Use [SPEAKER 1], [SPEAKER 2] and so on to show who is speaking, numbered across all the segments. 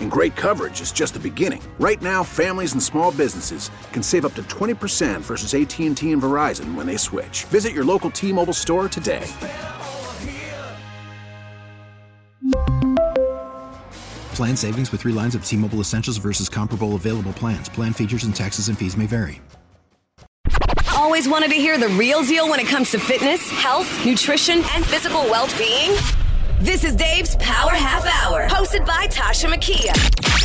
[SPEAKER 1] And great coverage is just the beginning. Right now, families and small businesses can save up to 20% versus AT&T and Verizon when they switch. Visit your local T-Mobile store today.
[SPEAKER 2] Plan savings with three lines of T Mobile Essentials versus comparable available plans. Plan features and taxes and fees may vary.
[SPEAKER 3] Always wanted to hear the real deal when it comes to fitness, health, nutrition, and physical well being? This is Dave's Power Half Hour, hosted by Tasha Makia.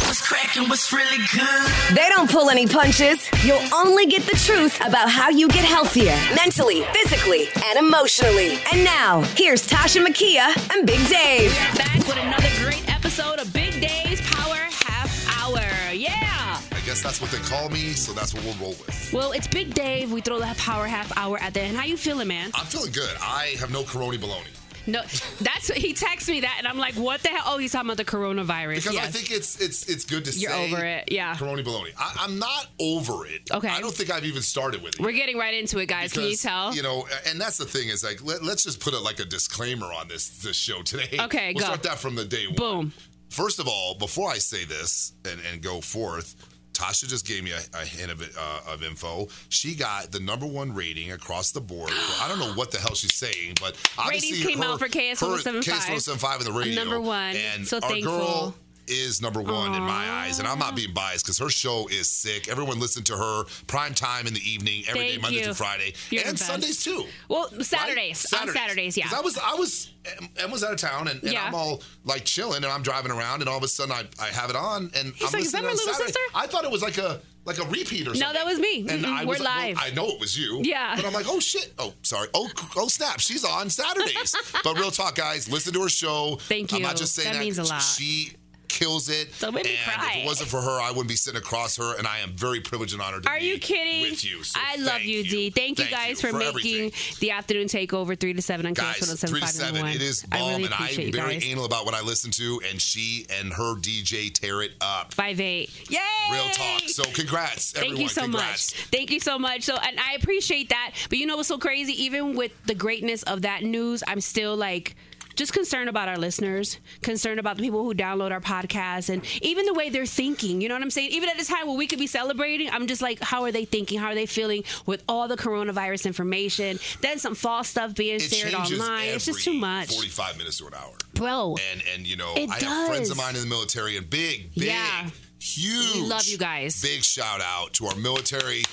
[SPEAKER 4] What's cracking? What's really good?
[SPEAKER 3] They don't pull any punches. You'll only get the truth about how you get healthier mentally, physically, and emotionally. And now, here's Tasha Makia and Big Dave.
[SPEAKER 5] back with another great episode of Big Days Power Half Hour. Yeah.
[SPEAKER 6] I guess that's what they call me, so that's what we'll roll with.
[SPEAKER 5] Well, it's Big Dave. We throw that Power Half Hour at the end. How you feeling, man?
[SPEAKER 6] I'm feeling good. I have no corona baloney.
[SPEAKER 5] No, that's he texted me that, and I'm like, what the hell? Oh, he's talking about the coronavirus.
[SPEAKER 6] Because
[SPEAKER 5] yes.
[SPEAKER 6] I think it's it's it's good to
[SPEAKER 5] You're
[SPEAKER 6] say
[SPEAKER 5] over it, yeah.
[SPEAKER 6] Corona baloney. I, I'm not over it.
[SPEAKER 5] Okay.
[SPEAKER 6] I don't think I've even started with it.
[SPEAKER 5] We're getting right into it, guys. Can you
[SPEAKER 6] Because,
[SPEAKER 5] tell?
[SPEAKER 6] You know, and that's the thing is like let, let's just put a, like a disclaimer on this this show today.
[SPEAKER 5] Okay,
[SPEAKER 6] we'll
[SPEAKER 5] go.
[SPEAKER 6] start that from the day one.
[SPEAKER 5] Boom.
[SPEAKER 6] First of all, before I say this and, and go forth, Tasha just gave me a, a hint of it, uh, of info. She got the number one rating across the board. I don't know what the hell she's saying, but obviously
[SPEAKER 5] Ratings came
[SPEAKER 6] her-
[SPEAKER 5] out for KS
[SPEAKER 6] her-
[SPEAKER 5] 1075.
[SPEAKER 6] KS 1075 in the radio.
[SPEAKER 5] Number one.
[SPEAKER 6] And
[SPEAKER 5] So
[SPEAKER 6] our
[SPEAKER 5] thankful.
[SPEAKER 6] girl is number one in my eyes, and I'm not being biased because her show is sick. Everyone listened to her prime time in the evening every day,
[SPEAKER 5] Thank
[SPEAKER 6] Monday
[SPEAKER 5] you.
[SPEAKER 6] through Friday,
[SPEAKER 5] You're the
[SPEAKER 6] and
[SPEAKER 5] best.
[SPEAKER 6] Sundays too.
[SPEAKER 5] Well,
[SPEAKER 6] right?
[SPEAKER 5] Saturdays. On Saturdays, yeah.
[SPEAKER 6] 'Cause I was I was Em was out of town, and, and
[SPEAKER 5] Yeah.
[SPEAKER 6] I'm all like chilling, and I'm driving around, and all of a sudden I, I have it on,
[SPEAKER 5] like,
[SPEAKER 6] and I'm
[SPEAKER 5] "Is
[SPEAKER 6] listening
[SPEAKER 5] that my
[SPEAKER 6] on
[SPEAKER 5] little
[SPEAKER 6] Saturday."
[SPEAKER 5] sister?
[SPEAKER 6] I thought it was like a like a repeat or something.
[SPEAKER 5] that was me.
[SPEAKER 6] And
[SPEAKER 5] Mm-mm,
[SPEAKER 6] I
[SPEAKER 5] we're
[SPEAKER 6] was like, well,
[SPEAKER 5] live.
[SPEAKER 6] I know it was you.
[SPEAKER 5] Yeah.
[SPEAKER 6] But I'm like, oh shit. Oh, sorry. Oh, c- oh snap. She's on Saturdays. but real talk, guys, listen to her show.
[SPEAKER 5] Thank
[SPEAKER 6] I'm
[SPEAKER 5] you.
[SPEAKER 6] not just saying
[SPEAKER 5] That
[SPEAKER 6] that.
[SPEAKER 5] means a lot.
[SPEAKER 6] She kills it.
[SPEAKER 5] So it made me
[SPEAKER 6] and
[SPEAKER 5] cry.
[SPEAKER 6] If it wasn't for her, I wouldn't be sitting across her, and I am very privileged and honored to
[SPEAKER 5] Are
[SPEAKER 6] be
[SPEAKER 5] you kidding?
[SPEAKER 6] with you. So
[SPEAKER 5] I love
[SPEAKER 6] thank
[SPEAKER 5] you, D. Thank, you guys for, making
[SPEAKER 6] everything
[SPEAKER 5] the afternoon takeover three to seven on KS
[SPEAKER 6] guys, three to
[SPEAKER 5] 1075
[SPEAKER 6] seven.
[SPEAKER 5] one.
[SPEAKER 6] It is bomb,
[SPEAKER 5] I really
[SPEAKER 6] and
[SPEAKER 5] appreciate
[SPEAKER 6] I'm
[SPEAKER 5] you
[SPEAKER 6] very
[SPEAKER 5] guys.
[SPEAKER 6] anal about what I listen to, and she and her DJ tear it up.
[SPEAKER 5] Five eight. Yay!
[SPEAKER 6] Real talk. So congrats,
[SPEAKER 5] Thank
[SPEAKER 6] everyone.
[SPEAKER 5] you so
[SPEAKER 6] congrats.
[SPEAKER 5] much. Thank you so much. So, and I appreciate that. But you know what's so crazy? Even with the greatness of that news, I'm still like just concerned about our listeners, concerned about the people who download our podcast, and even the way they're thinking. You know what I'm saying? Even at this time where we could be celebrating, I'm just like, how are they thinking? How are they feeling with all the coronavirus information? Then some false stuff being
[SPEAKER 6] It
[SPEAKER 5] shared
[SPEAKER 6] changes
[SPEAKER 5] online.
[SPEAKER 6] every
[SPEAKER 5] It's just too much,
[SPEAKER 6] 45 minutes to an hour.
[SPEAKER 5] bro.
[SPEAKER 6] And and you know,
[SPEAKER 5] It
[SPEAKER 6] I have friends
[SPEAKER 5] does.
[SPEAKER 6] of mine in the military and big, big,
[SPEAKER 5] Yeah.
[SPEAKER 6] huge.
[SPEAKER 5] We love you guys.
[SPEAKER 6] Big shout out to our military,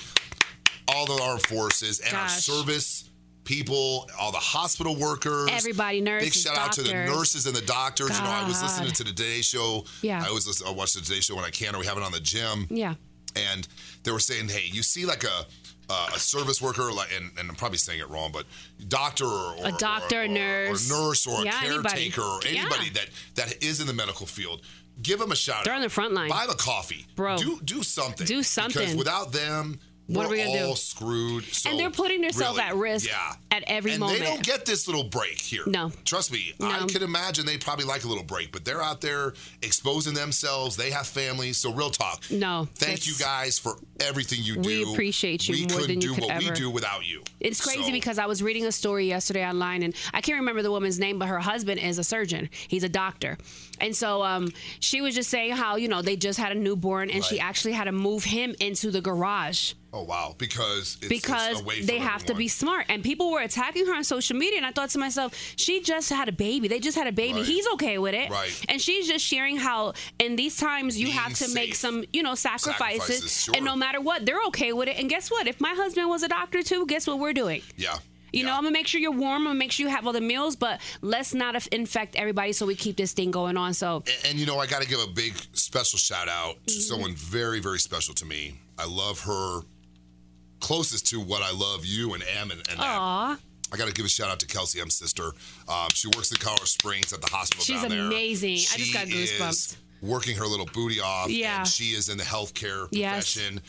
[SPEAKER 6] all the armed forces, and our
[SPEAKER 5] Gosh.
[SPEAKER 6] service people, all the hospital workers,
[SPEAKER 5] Everybody, nurses,
[SPEAKER 6] Big shout out to the
[SPEAKER 5] doctors.
[SPEAKER 6] nurses and the doctors. You know, I was
[SPEAKER 5] God.
[SPEAKER 6] listening to the Today Show.
[SPEAKER 5] Yeah.
[SPEAKER 6] I always listen, I watch the Today Show when I can, or we have it on the gym
[SPEAKER 5] yeah.
[SPEAKER 6] and they were saying, "Hey, you see like a uh, a service worker, like, and, and I'm probably saying it wrong, but doctor or, or
[SPEAKER 5] A doctor,
[SPEAKER 6] or, or,
[SPEAKER 5] nurse.
[SPEAKER 6] or nurse, or
[SPEAKER 5] Yeah,
[SPEAKER 6] a
[SPEAKER 5] anybody.
[SPEAKER 6] caretaker, or
[SPEAKER 5] Yeah.
[SPEAKER 6] anybody that that is in the medical field." Give them a shout
[SPEAKER 5] They're
[SPEAKER 6] out.
[SPEAKER 5] on the front line.
[SPEAKER 6] Buy them a coffee.
[SPEAKER 5] Bro.
[SPEAKER 6] Do do something.
[SPEAKER 5] Do
[SPEAKER 6] Because
[SPEAKER 5] something.
[SPEAKER 6] without them,
[SPEAKER 5] What are
[SPEAKER 6] we're
[SPEAKER 5] we gonna do?
[SPEAKER 6] all screwed. So,
[SPEAKER 5] And they're putting themselves
[SPEAKER 6] really,
[SPEAKER 5] at risk
[SPEAKER 6] Yeah.
[SPEAKER 5] at every
[SPEAKER 6] and
[SPEAKER 5] moment.
[SPEAKER 6] they don't get this little break here.
[SPEAKER 5] No.
[SPEAKER 6] Trust me, I
[SPEAKER 5] No.
[SPEAKER 6] can imagine they probably like a little break, but they're out there exposing themselves. They have families. So real talk.
[SPEAKER 5] No,
[SPEAKER 6] Thank you
[SPEAKER 5] that's-
[SPEAKER 6] guys for everything you do.
[SPEAKER 5] We appreciate you
[SPEAKER 6] We
[SPEAKER 5] more
[SPEAKER 6] couldn't
[SPEAKER 5] than you
[SPEAKER 6] do
[SPEAKER 5] could
[SPEAKER 6] what we
[SPEAKER 5] ever.
[SPEAKER 6] do without you.
[SPEAKER 5] It's crazy
[SPEAKER 6] So,
[SPEAKER 5] because I was reading a story yesterday online, and I can't remember the woman's name, but her husband is a surgeon. He's a doctor, and so um, she was just saying how you know they just had a newborn, and she
[SPEAKER 6] Right.
[SPEAKER 5] actually had to move him into the garage
[SPEAKER 6] Oh wow, because it's,
[SPEAKER 5] because
[SPEAKER 6] it's away
[SPEAKER 5] they
[SPEAKER 6] from
[SPEAKER 5] have to be
[SPEAKER 6] everyone.
[SPEAKER 5] smart. And people were attacking her on social media, and I thought to myself, she just had a baby. They just had a baby.
[SPEAKER 6] Right.
[SPEAKER 5] He's okay with it,
[SPEAKER 6] Right.
[SPEAKER 5] And she's just sharing how in these times you
[SPEAKER 6] Being
[SPEAKER 5] have to make
[SPEAKER 6] safe.
[SPEAKER 5] some, you know, sacrifices,
[SPEAKER 6] Sacrifices, sure.
[SPEAKER 5] and no matter what, they're okay with it. And guess what? If my husband was a doctor too, guess what we're doing.
[SPEAKER 6] Yeah.
[SPEAKER 5] You know, I'm gonna make sure you're warm. I'm gonna make sure you have all the meals, but let's not af- infect everybody so we keep this thing going on. So
[SPEAKER 6] And, and, you know, I got to give a big special shout out
[SPEAKER 5] Mm-hmm.
[SPEAKER 6] to someone very, very special to me. I love her closest to what I love you and am and, and that.
[SPEAKER 5] Aw.
[SPEAKER 6] I got to give a shout out to Kelsey, M's sister. Um, she works in Colorado Springs at the hospital
[SPEAKER 5] She's
[SPEAKER 6] down there.
[SPEAKER 5] amazing. I just
[SPEAKER 6] She
[SPEAKER 5] got goosebumps.
[SPEAKER 6] is working her little booty off.
[SPEAKER 5] Yeah.
[SPEAKER 6] And she is in the healthcare
[SPEAKER 5] Yes.
[SPEAKER 6] profession.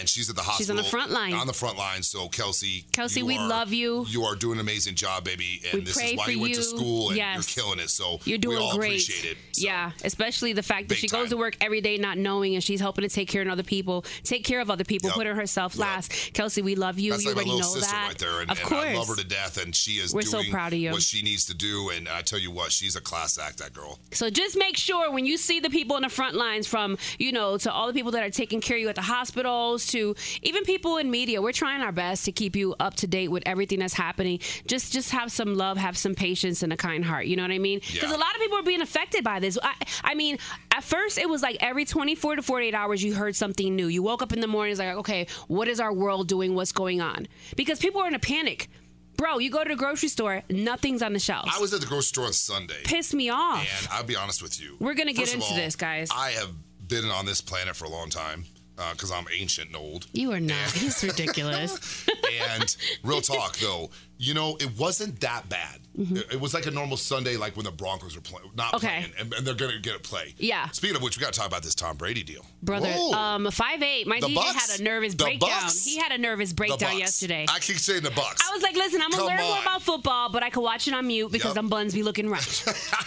[SPEAKER 6] And she's at the hospital.
[SPEAKER 5] She's on the front line.
[SPEAKER 6] On the front line. So, Kelsey.
[SPEAKER 5] Kelsey,
[SPEAKER 6] you
[SPEAKER 5] we
[SPEAKER 6] are-
[SPEAKER 5] love you.
[SPEAKER 6] You are doing an amazing job, baby.
[SPEAKER 5] We
[SPEAKER 6] And this
[SPEAKER 5] pray
[SPEAKER 6] is why
[SPEAKER 5] for
[SPEAKER 6] you went to
[SPEAKER 5] you.
[SPEAKER 6] school and
[SPEAKER 5] Yes.
[SPEAKER 6] you're killing it. So,
[SPEAKER 5] You're doing
[SPEAKER 6] we all
[SPEAKER 5] great.
[SPEAKER 6] appreciate it.
[SPEAKER 5] Yeah, especially the fact that
[SPEAKER 6] Big
[SPEAKER 5] she
[SPEAKER 6] time.
[SPEAKER 5] goes to work every day not knowing, and she's helping to take care of other people, take care of other people,
[SPEAKER 6] Yep.
[SPEAKER 5] putting herself last. Kelsey, we love you.
[SPEAKER 6] That's
[SPEAKER 5] you
[SPEAKER 6] like my
[SPEAKER 5] already
[SPEAKER 6] little
[SPEAKER 5] know
[SPEAKER 6] sister
[SPEAKER 5] that.
[SPEAKER 6] right there, and,
[SPEAKER 5] of
[SPEAKER 6] and
[SPEAKER 5] course,
[SPEAKER 6] I love her to death. And she is
[SPEAKER 5] We're so
[SPEAKER 6] doing
[SPEAKER 5] proud of you.
[SPEAKER 6] what she needs to do. And I tell you what, she's a class act, that girl.
[SPEAKER 5] So just make sure when you see the people in the front lines, from you know to all the people that are taking care of you at the hospitals, to even people in media, we're trying our best to keep you up to date with everything that's happening. Just just have some love, have some patience, and a kind heart. You know what I mean? Because
[SPEAKER 6] Yeah.
[SPEAKER 5] a lot of people are being affected by this. I, I mean, at first it was like every 24 to 48 hours you heard something new. You woke up in the morning, it's like, okay, what is our world doing? What's going on? Because people are in a panic. Bro, you go to the grocery store, nothing's on the shelves.
[SPEAKER 6] I was at the grocery store on Sunday,
[SPEAKER 5] Pissed me off.
[SPEAKER 6] and I'll be honest with you.
[SPEAKER 5] We're gonna get
[SPEAKER 6] First of
[SPEAKER 5] into
[SPEAKER 6] all,
[SPEAKER 5] this, guys.
[SPEAKER 6] I have been on this planet for a long time because I'm ancient and old.
[SPEAKER 5] You are not. He's ridiculous.
[SPEAKER 6] and real talk though, you know, it wasn't that bad. It, it was like a normal Sunday, like when the Broncos were playing, not
[SPEAKER 5] Mm-hmm. Okay.
[SPEAKER 6] playing, and, and they're gonna get a play.
[SPEAKER 5] Yeah.
[SPEAKER 6] Speaking of which, we gotta talk about this Tom Brady deal,
[SPEAKER 5] Brother,
[SPEAKER 6] Whoa.
[SPEAKER 5] um, five eight. My
[SPEAKER 6] The
[SPEAKER 5] DJ
[SPEAKER 6] Bucks?
[SPEAKER 5] had a nervous
[SPEAKER 6] The
[SPEAKER 5] breakdown.
[SPEAKER 6] Bucks?
[SPEAKER 5] He had a nervous
[SPEAKER 6] the
[SPEAKER 5] breakdown
[SPEAKER 6] Bucks.
[SPEAKER 5] yesterday.
[SPEAKER 6] I keep saying the Bucks.
[SPEAKER 5] I was like, listen, I'm gonna
[SPEAKER 6] Come
[SPEAKER 5] learn more
[SPEAKER 6] on.
[SPEAKER 5] about football, but I could watch it on mute because
[SPEAKER 6] Yep.
[SPEAKER 5] them buns be looking right.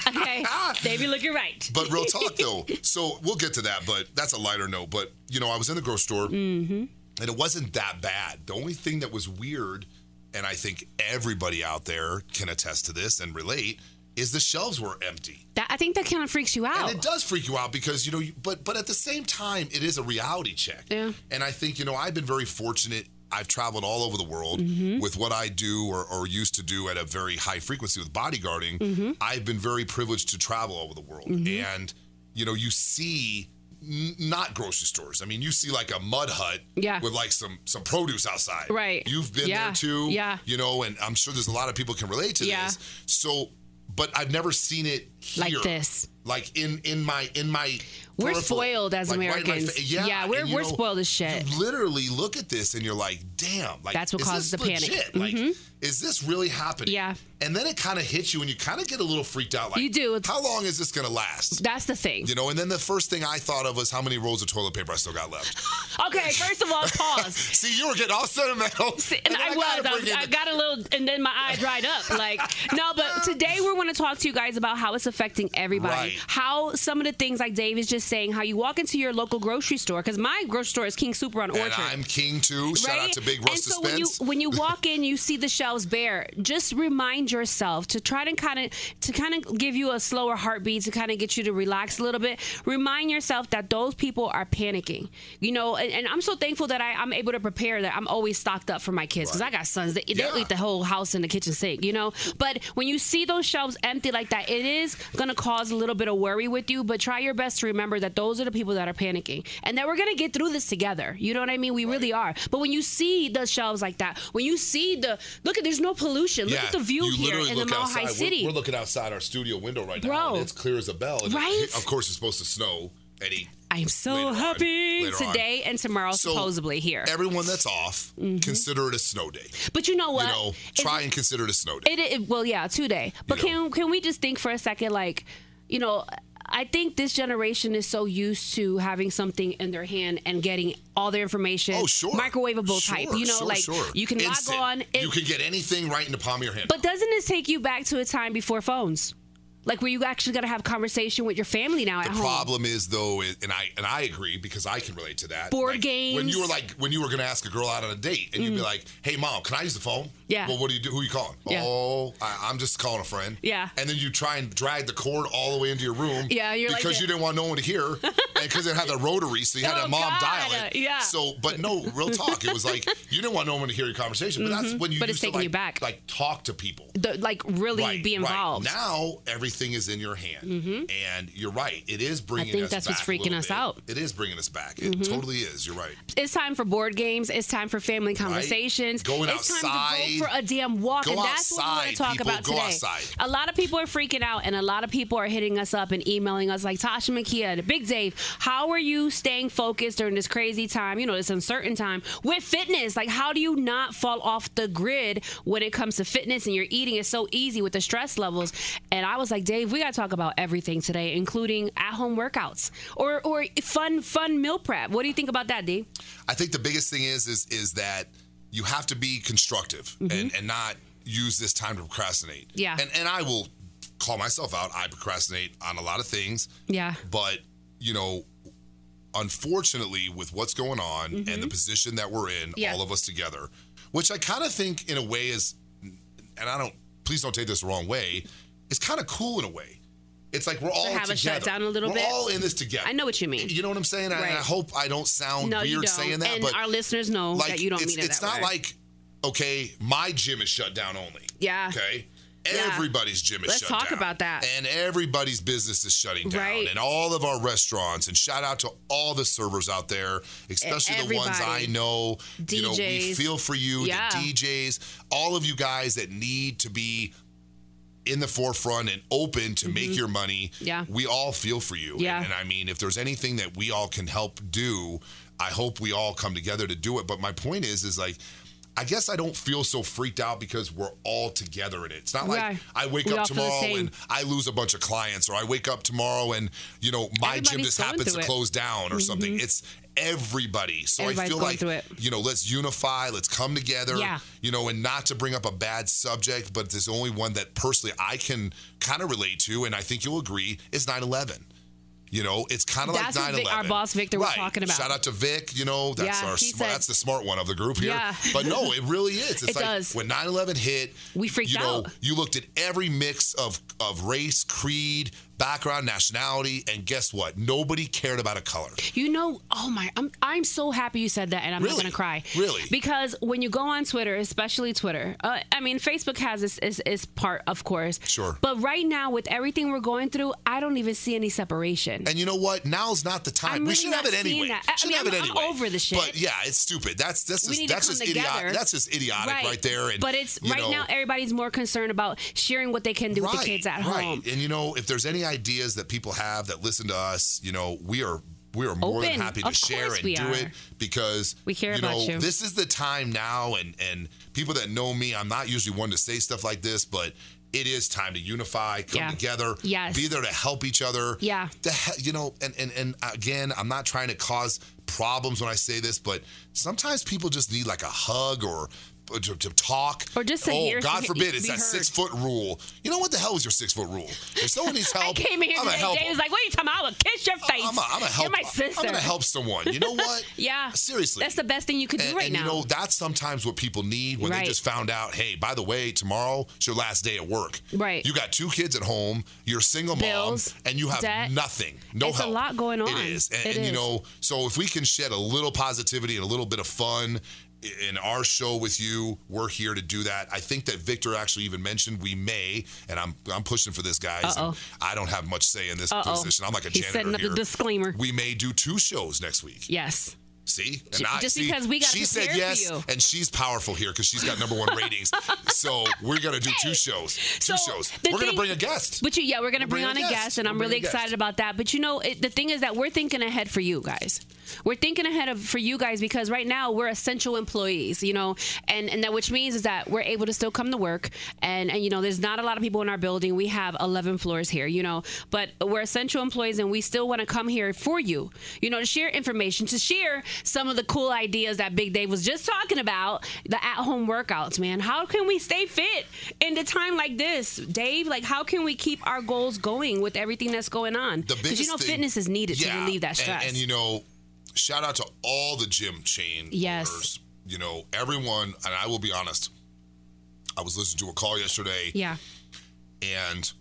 [SPEAKER 5] Okay, they be looking right.
[SPEAKER 6] But real talk though, so we'll get to that. But that's a lighter note. But you know, I was in the grocery store, and it wasn't that bad. The only thing that was weird, and I think everybody out there can attest to this and relate, is the shelves were empty.
[SPEAKER 5] That, I think that kind of freaks you out.
[SPEAKER 6] And it does freak you out because you know, you, but but at the same time, it is a reality check.
[SPEAKER 5] Yeah.
[SPEAKER 6] And I think you know, I've been very fortunate. I've traveled all over the world
[SPEAKER 5] Mm-hmm.
[SPEAKER 6] with what I do or, or used to do at a very high frequency with bodyguarding.
[SPEAKER 5] Mm-hmm.
[SPEAKER 6] I've been very privileged to travel all over the world, and you know, you see. n- Not grocery stores. I mean, you see like a mud hut
[SPEAKER 5] Yeah.
[SPEAKER 6] with like some some produce outside.
[SPEAKER 5] Right.
[SPEAKER 6] You've been
[SPEAKER 5] Yeah.
[SPEAKER 6] there too.
[SPEAKER 5] Yeah.
[SPEAKER 6] You know, and I'm sure there's a lot of people can relate to
[SPEAKER 5] Yeah.
[SPEAKER 6] this. So, but I've never seen it
[SPEAKER 5] Like
[SPEAKER 6] here
[SPEAKER 5] this.
[SPEAKER 6] like in in my in my
[SPEAKER 5] We're
[SPEAKER 6] peripheral,
[SPEAKER 5] spoiled as
[SPEAKER 6] like, right in my
[SPEAKER 5] Americans.
[SPEAKER 6] fa-
[SPEAKER 5] Yeah, we're-
[SPEAKER 6] and you
[SPEAKER 5] we're spoiled as shit.
[SPEAKER 6] You literally look at this and you're like, damn, like
[SPEAKER 5] That's what
[SPEAKER 6] is
[SPEAKER 5] causes
[SPEAKER 6] this
[SPEAKER 5] the panic. Mm-hmm.
[SPEAKER 6] legit? Like, is this really happening?
[SPEAKER 5] Yeah.
[SPEAKER 6] And then it kind of hits you, and you kind of get a little freaked out. Like,
[SPEAKER 5] You do. It's-
[SPEAKER 6] How long is this gonna last?
[SPEAKER 5] That's the thing.
[SPEAKER 6] you know, and then the first thing I thought of was how many rolls of toilet paper I still got left.
[SPEAKER 5] Okay, first of all, pause.
[SPEAKER 6] See, you were getting all sentimental.
[SPEAKER 5] See, and
[SPEAKER 6] then
[SPEAKER 5] I,
[SPEAKER 6] gotta
[SPEAKER 5] was. I,
[SPEAKER 6] bring
[SPEAKER 5] was
[SPEAKER 6] in
[SPEAKER 5] I
[SPEAKER 6] the-
[SPEAKER 5] got a little, and then my eye dried up. Like, no, but today we want to talk to you guys about how it's affecting everybody.
[SPEAKER 6] Right.
[SPEAKER 5] How some of the things, like Dave is just saying, how you walk into your local grocery store, because my grocery store is King Super on
[SPEAKER 6] and
[SPEAKER 5] Orchard.
[SPEAKER 6] I'm king too. Shout
[SPEAKER 5] Right?
[SPEAKER 6] out to Big
[SPEAKER 5] and
[SPEAKER 6] Rusta
[SPEAKER 5] so when you
[SPEAKER 6] Spence.
[SPEAKER 5] when you walk in, you see the shelves bare. Just remind yourself to try to kind of to kind of give you a slower heartbeat to kind of get you to relax a little bit. Remind yourself that those people are panicking. You know, and, and I'm so thankful that I, I'm able to prepare that I'm always stocked up for my kids because
[SPEAKER 6] Right.
[SPEAKER 5] I got sons that
[SPEAKER 6] Yeah.
[SPEAKER 5] they'll eat the whole house in the kitchen sink. You know, but when you see those shelves empty like that, it is gonna cause a little bit of worry with you. But try your best to remember that those are the people that are panicking and that we're gonna get through this together. You know what I mean? We really are. But when you see the shelves like that, when you see the look at there's no pollution. Look at the view
[SPEAKER 6] you
[SPEAKER 5] here
[SPEAKER 6] literally
[SPEAKER 5] in the
[SPEAKER 6] look
[SPEAKER 5] Mile
[SPEAKER 6] outside.
[SPEAKER 5] High
[SPEAKER 6] We're-
[SPEAKER 5] City.
[SPEAKER 6] We're, looking outside our studio window right now.
[SPEAKER 5] Bro.
[SPEAKER 6] And it's clear as a bell. And
[SPEAKER 5] Right?
[SPEAKER 6] it- of course, it's supposed to snow. Eddie.
[SPEAKER 5] I'm so
[SPEAKER 6] Later on.
[SPEAKER 5] happy
[SPEAKER 6] Later on.
[SPEAKER 5] today and tomorrow supposedly here.
[SPEAKER 6] Everyone that's off, consider it a snow day.
[SPEAKER 5] but you know what?
[SPEAKER 6] You know,
[SPEAKER 5] It's-
[SPEAKER 6] try and consider it a snow day.
[SPEAKER 5] It, it well, yeah, today. But
[SPEAKER 6] You know.
[SPEAKER 5] can can we just think for a second, like, you know, I think this generation is so used to having something in their hand and getting all their information.
[SPEAKER 6] oh, sure.
[SPEAKER 5] Microwavable
[SPEAKER 6] Sure,
[SPEAKER 5] type. You know,
[SPEAKER 6] sure,
[SPEAKER 5] like
[SPEAKER 6] sure.
[SPEAKER 5] you can
[SPEAKER 6] Instant.
[SPEAKER 5] log on. It-
[SPEAKER 6] you can get anything right in the palm of your hand.
[SPEAKER 5] but doesn't this take you back to a time before phones? Like where you actually got to have conversation with your family now at
[SPEAKER 6] the
[SPEAKER 5] home.
[SPEAKER 6] problem is though, is, and I and I agree because I can relate to that.
[SPEAKER 5] Board
[SPEAKER 6] Like, When
[SPEAKER 5] games. Mm.
[SPEAKER 6] you were like when you were gonna ask a girl out on a date, and you'd be like, "Hey, mom, can I use the phone?"
[SPEAKER 5] Yeah.
[SPEAKER 6] Well, what do you do? Who you calling?
[SPEAKER 5] Yeah.
[SPEAKER 6] Oh, I, I'm just calling a friend.
[SPEAKER 5] Yeah.
[SPEAKER 6] And then you try and drag the cord all the way into your room.
[SPEAKER 5] Yeah, you're like
[SPEAKER 6] because
[SPEAKER 5] that.
[SPEAKER 6] you didn't want no one to hear. because it had the rotary, so you had
[SPEAKER 5] Oh,
[SPEAKER 6] a mom
[SPEAKER 5] God,
[SPEAKER 6] dial it.
[SPEAKER 5] yeah.
[SPEAKER 6] So, but no, real talk. It was like you didn't want no one to hear your conversation, but that's when you
[SPEAKER 5] Mm-hmm. But it's
[SPEAKER 6] used to
[SPEAKER 5] taking
[SPEAKER 6] like,
[SPEAKER 5] you back.
[SPEAKER 6] like talk to people.
[SPEAKER 5] The- like really be involved. Mm-hmm.
[SPEAKER 6] Right. Now everything is in your hand, and you're right. It is bringing.
[SPEAKER 5] think
[SPEAKER 6] us
[SPEAKER 5] that's
[SPEAKER 6] back
[SPEAKER 5] what's
[SPEAKER 6] a little
[SPEAKER 5] freaking us
[SPEAKER 6] bit.
[SPEAKER 5] out. Mm-hmm.
[SPEAKER 6] It is bringing us back. It totally is. You're right.
[SPEAKER 5] It's time for board games. It's time for family conversations.
[SPEAKER 6] Going
[SPEAKER 5] it's time
[SPEAKER 6] outside.
[SPEAKER 5] to go for a damn walk.
[SPEAKER 6] Go
[SPEAKER 5] and that's what we want to
[SPEAKER 6] outside,
[SPEAKER 5] talk
[SPEAKER 6] people.
[SPEAKER 5] about
[SPEAKER 6] Go
[SPEAKER 5] today.
[SPEAKER 6] outside.
[SPEAKER 5] A lot of people are freaking out, and a lot of people are hitting us up and emailing us like Tasha Makia, the Big Dave. How are you staying focused during this crazy time? You know, this uncertain time with fitness. Like, how do you not fall off the grid when it comes to fitness and your eating? It's so easy with the stress levels. And I was like, Dave, we got to talk about everything today, including at-home workouts or or fun fun meal prep. What do you think about that, Dave?
[SPEAKER 6] I think the biggest thing is is is that you have to be constructive and, and not use this time to procrastinate.
[SPEAKER 5] Mm-hmm. Yeah.
[SPEAKER 6] And and I will call myself out. I procrastinate on a lot of things.
[SPEAKER 5] Yeah.
[SPEAKER 6] But, you know, unfortunately with what's going on and the position that we're in,
[SPEAKER 5] Mm-hmm. Yeah.
[SPEAKER 6] all of us together, which I kind of think in a way is and I don't please don't take this the wrong way, it's kind of cool in a way. It's like we're all
[SPEAKER 5] have a
[SPEAKER 6] together.
[SPEAKER 5] shutdown a little
[SPEAKER 6] we're
[SPEAKER 5] bit?
[SPEAKER 6] all in this together.
[SPEAKER 5] I know what you mean.
[SPEAKER 6] You know what I'm saying? And
[SPEAKER 5] Right.
[SPEAKER 6] I hope I don't sound
[SPEAKER 5] No,
[SPEAKER 6] weird
[SPEAKER 5] you don't.
[SPEAKER 6] saying that,
[SPEAKER 5] and
[SPEAKER 6] but
[SPEAKER 5] our listeners know that you don't
[SPEAKER 6] it's,
[SPEAKER 5] mean it
[SPEAKER 6] it's
[SPEAKER 5] that
[SPEAKER 6] not
[SPEAKER 5] way.
[SPEAKER 6] like okay my gym is shut down only
[SPEAKER 5] Yeah.
[SPEAKER 6] okay
[SPEAKER 5] Yeah.
[SPEAKER 6] everybody's gym is
[SPEAKER 5] Let's
[SPEAKER 6] shut
[SPEAKER 5] talk
[SPEAKER 6] down.
[SPEAKER 5] about that.
[SPEAKER 6] and everybody's business is shutting down
[SPEAKER 5] Right.
[SPEAKER 6] and all of our restaurants and shout out to all the servers out there especially the ones
[SPEAKER 5] everybody.
[SPEAKER 6] i know you know we
[SPEAKER 5] DJs.
[SPEAKER 6] feel for you
[SPEAKER 5] Yeah.
[SPEAKER 6] the djs all of you guys that need to be in the forefront and open to make your money.
[SPEAKER 5] Mm-hmm. Yeah.
[SPEAKER 6] We all feel for you.
[SPEAKER 5] Yeah.
[SPEAKER 6] And, and I mean, if there's anything that we all can help do, I hope we all come together to do it. But my point is, is like, I guess I don't feel so freaked out because we're all together in it. It's not like
[SPEAKER 5] Right.
[SPEAKER 6] I wake
[SPEAKER 5] We all
[SPEAKER 6] up
[SPEAKER 5] feel the
[SPEAKER 6] tomorrow
[SPEAKER 5] same.
[SPEAKER 6] and I lose a bunch of clients, or I wake up tomorrow and you know my gym
[SPEAKER 5] Everybody's
[SPEAKER 6] just
[SPEAKER 5] going
[SPEAKER 6] happens
[SPEAKER 5] through
[SPEAKER 6] to
[SPEAKER 5] it. Mm-hmm.
[SPEAKER 6] close down or something. It's everybody. So
[SPEAKER 5] Everybody's
[SPEAKER 6] I feel
[SPEAKER 5] going
[SPEAKER 6] like
[SPEAKER 5] through it.
[SPEAKER 6] you know, let's unify, let's come together,
[SPEAKER 5] Yeah.
[SPEAKER 6] you know, and not to bring up a bad subject, but there's only one that personally I can kind of relate to, and I think you'll agree, is 9 11. You know, it's kind of like
[SPEAKER 5] That's what
[SPEAKER 6] 9
[SPEAKER 5] Vic-
[SPEAKER 6] 11.
[SPEAKER 5] our boss Victor was talking about.
[SPEAKER 6] Shout out to Vic, you know, that's
[SPEAKER 5] Yeah,
[SPEAKER 6] our
[SPEAKER 5] he
[SPEAKER 6] smar-
[SPEAKER 5] said-
[SPEAKER 6] that's the smart one of the group here.
[SPEAKER 5] Yeah.
[SPEAKER 6] But no, it really is. It's
[SPEAKER 5] It
[SPEAKER 6] like
[SPEAKER 5] does.
[SPEAKER 6] when 9 11 hit,
[SPEAKER 5] We freaked
[SPEAKER 6] you know,
[SPEAKER 5] out.
[SPEAKER 6] you looked at every mix of, of race, creed, background, nationality, and guess what? Nobody cared about a color.
[SPEAKER 5] You know, oh my, I'm I'm so happy you said that, and I'm
[SPEAKER 6] Really?
[SPEAKER 5] not gonna cry.
[SPEAKER 6] Really?
[SPEAKER 5] Because when you go on Twitter, especially Twitter, uh, I mean, Facebook has its, its its part, of course.
[SPEAKER 6] Sure.
[SPEAKER 5] But right now, with everything we're going through, I don't even see any separation.
[SPEAKER 6] And you know what? Now's not the time.
[SPEAKER 5] I'm
[SPEAKER 6] we
[SPEAKER 5] really
[SPEAKER 6] should have
[SPEAKER 5] not
[SPEAKER 6] it anyway.
[SPEAKER 5] seeing that. I- I
[SPEAKER 6] Should
[SPEAKER 5] mean,
[SPEAKER 6] have it
[SPEAKER 5] I'm- I'm
[SPEAKER 6] anyway.
[SPEAKER 5] over the shit.
[SPEAKER 6] But yeah, it's stupid. That's that's
[SPEAKER 5] We need
[SPEAKER 6] just
[SPEAKER 5] to
[SPEAKER 6] that's
[SPEAKER 5] come
[SPEAKER 6] just idiotic.
[SPEAKER 5] together.
[SPEAKER 6] That's just idiotic right, there. And
[SPEAKER 5] but it's
[SPEAKER 6] you
[SPEAKER 5] right
[SPEAKER 6] know,
[SPEAKER 5] now everybody's more concerned about sharing what they can do with the kids at
[SPEAKER 6] right.
[SPEAKER 5] home.
[SPEAKER 6] And you know, if there's any ideas that people have that listen to us, you know, we are we are more than
[SPEAKER 5] Open.
[SPEAKER 6] happy to
[SPEAKER 5] Of
[SPEAKER 6] share
[SPEAKER 5] course
[SPEAKER 6] and
[SPEAKER 5] we
[SPEAKER 6] do
[SPEAKER 5] are.
[SPEAKER 6] it because
[SPEAKER 5] We care
[SPEAKER 6] you
[SPEAKER 5] about
[SPEAKER 6] know,
[SPEAKER 5] you.
[SPEAKER 6] This is the time now, and and people that know me, I'm not usually one to say stuff like this, but. It is time to unify, come
[SPEAKER 5] Yeah.
[SPEAKER 6] together,
[SPEAKER 5] Yes.
[SPEAKER 6] be there to help each other.
[SPEAKER 5] Yeah.
[SPEAKER 6] The he- you know, and, and and again, I'm not trying to cause problems when I say this, but sometimes people just need like a hug or to, to talk.
[SPEAKER 5] Or just to
[SPEAKER 6] oh,
[SPEAKER 5] hear-
[SPEAKER 6] God forbid,
[SPEAKER 5] be
[SPEAKER 6] it's that
[SPEAKER 5] heard.
[SPEAKER 6] six foot rule. You know what the hell is your six foot rule? If someone needs help,
[SPEAKER 5] I came in here
[SPEAKER 6] I'm
[SPEAKER 5] today.
[SPEAKER 6] gonna help.
[SPEAKER 5] Dave was
[SPEAKER 6] them.
[SPEAKER 5] like, "What are you talking about? I would kiss your face.
[SPEAKER 6] I'm gonna help.
[SPEAKER 5] You're my
[SPEAKER 6] I'm
[SPEAKER 5] sister.
[SPEAKER 6] gonna help someone. You know what?
[SPEAKER 5] Yeah.
[SPEAKER 6] seriously,
[SPEAKER 5] That's the best thing you could do
[SPEAKER 6] and,
[SPEAKER 5] right
[SPEAKER 6] and
[SPEAKER 5] now.
[SPEAKER 6] you know that's sometimes what people need when they
[SPEAKER 5] Right.
[SPEAKER 6] just found out hey by the way tomorrow's your last day at work
[SPEAKER 5] Right.
[SPEAKER 6] you got two kids at home you're a single
[SPEAKER 5] Bills,
[SPEAKER 6] mom and you have
[SPEAKER 5] debt.
[SPEAKER 6] nothing no
[SPEAKER 5] It's a
[SPEAKER 6] help
[SPEAKER 5] lot going on.
[SPEAKER 6] it is and,
[SPEAKER 5] It
[SPEAKER 6] and you
[SPEAKER 5] is.
[SPEAKER 6] know so if we can shed a little positivity and a little bit of fun i- in our show with you we're here to do that i think that victor actually even mentioned we may and i'm i'm pushing for this guys and
[SPEAKER 5] Uh-oh.
[SPEAKER 6] i don't have much say in this
[SPEAKER 5] Uh-oh.
[SPEAKER 6] position i'm like a
[SPEAKER 5] He's
[SPEAKER 6] janitor
[SPEAKER 5] setting up the
[SPEAKER 6] here.
[SPEAKER 5] disclaimer.
[SPEAKER 6] we may do two shows next week
[SPEAKER 5] yes.
[SPEAKER 6] See, and
[SPEAKER 5] Ju- just
[SPEAKER 6] see,
[SPEAKER 5] because we gotta
[SPEAKER 6] she said
[SPEAKER 5] prepare for
[SPEAKER 6] yes,
[SPEAKER 5] you.
[SPEAKER 6] and she's powerful here because she's got number one ratings. so we're gonna do two shows,
[SPEAKER 5] So,
[SPEAKER 6] two shows.
[SPEAKER 5] the
[SPEAKER 6] We're gonna
[SPEAKER 5] thing-
[SPEAKER 6] bring a guest.
[SPEAKER 5] But you, yeah, we're gonna
[SPEAKER 6] We're
[SPEAKER 5] bring on a guest,
[SPEAKER 6] bringing a guest.
[SPEAKER 5] and
[SPEAKER 6] We're
[SPEAKER 5] I'm really
[SPEAKER 6] bringing a guest.
[SPEAKER 5] excited about that. But you know, it, the thing is that we're thinking ahead for you guys. We're thinking ahead of, for you guys because right now we're essential employees, you know, and and that which means is that we're able to still come to work, and and you know, there's not a lot of people in our building. We have 11 floors here, you know, but we're essential employees, and we still want to come here for you, you know, to share information, to share some of the cool ideas that Big Dave was just talking about, the at-home workouts, man. How can we stay fit in a time like this, Dave? Like, how can we keep our goals going with everything that's going on?
[SPEAKER 6] the biggest
[SPEAKER 5] you know,
[SPEAKER 6] thing-
[SPEAKER 5] fitness is needed to
[SPEAKER 6] Yeah,
[SPEAKER 5] relieve that
[SPEAKER 6] and-
[SPEAKER 5] stress.
[SPEAKER 6] And, you know, shout out to all the gym chain
[SPEAKER 5] Yes.
[SPEAKER 6] owners. You know, everyone. And I will be honest. I was listening to a call yesterday,
[SPEAKER 5] yeah,
[SPEAKER 6] and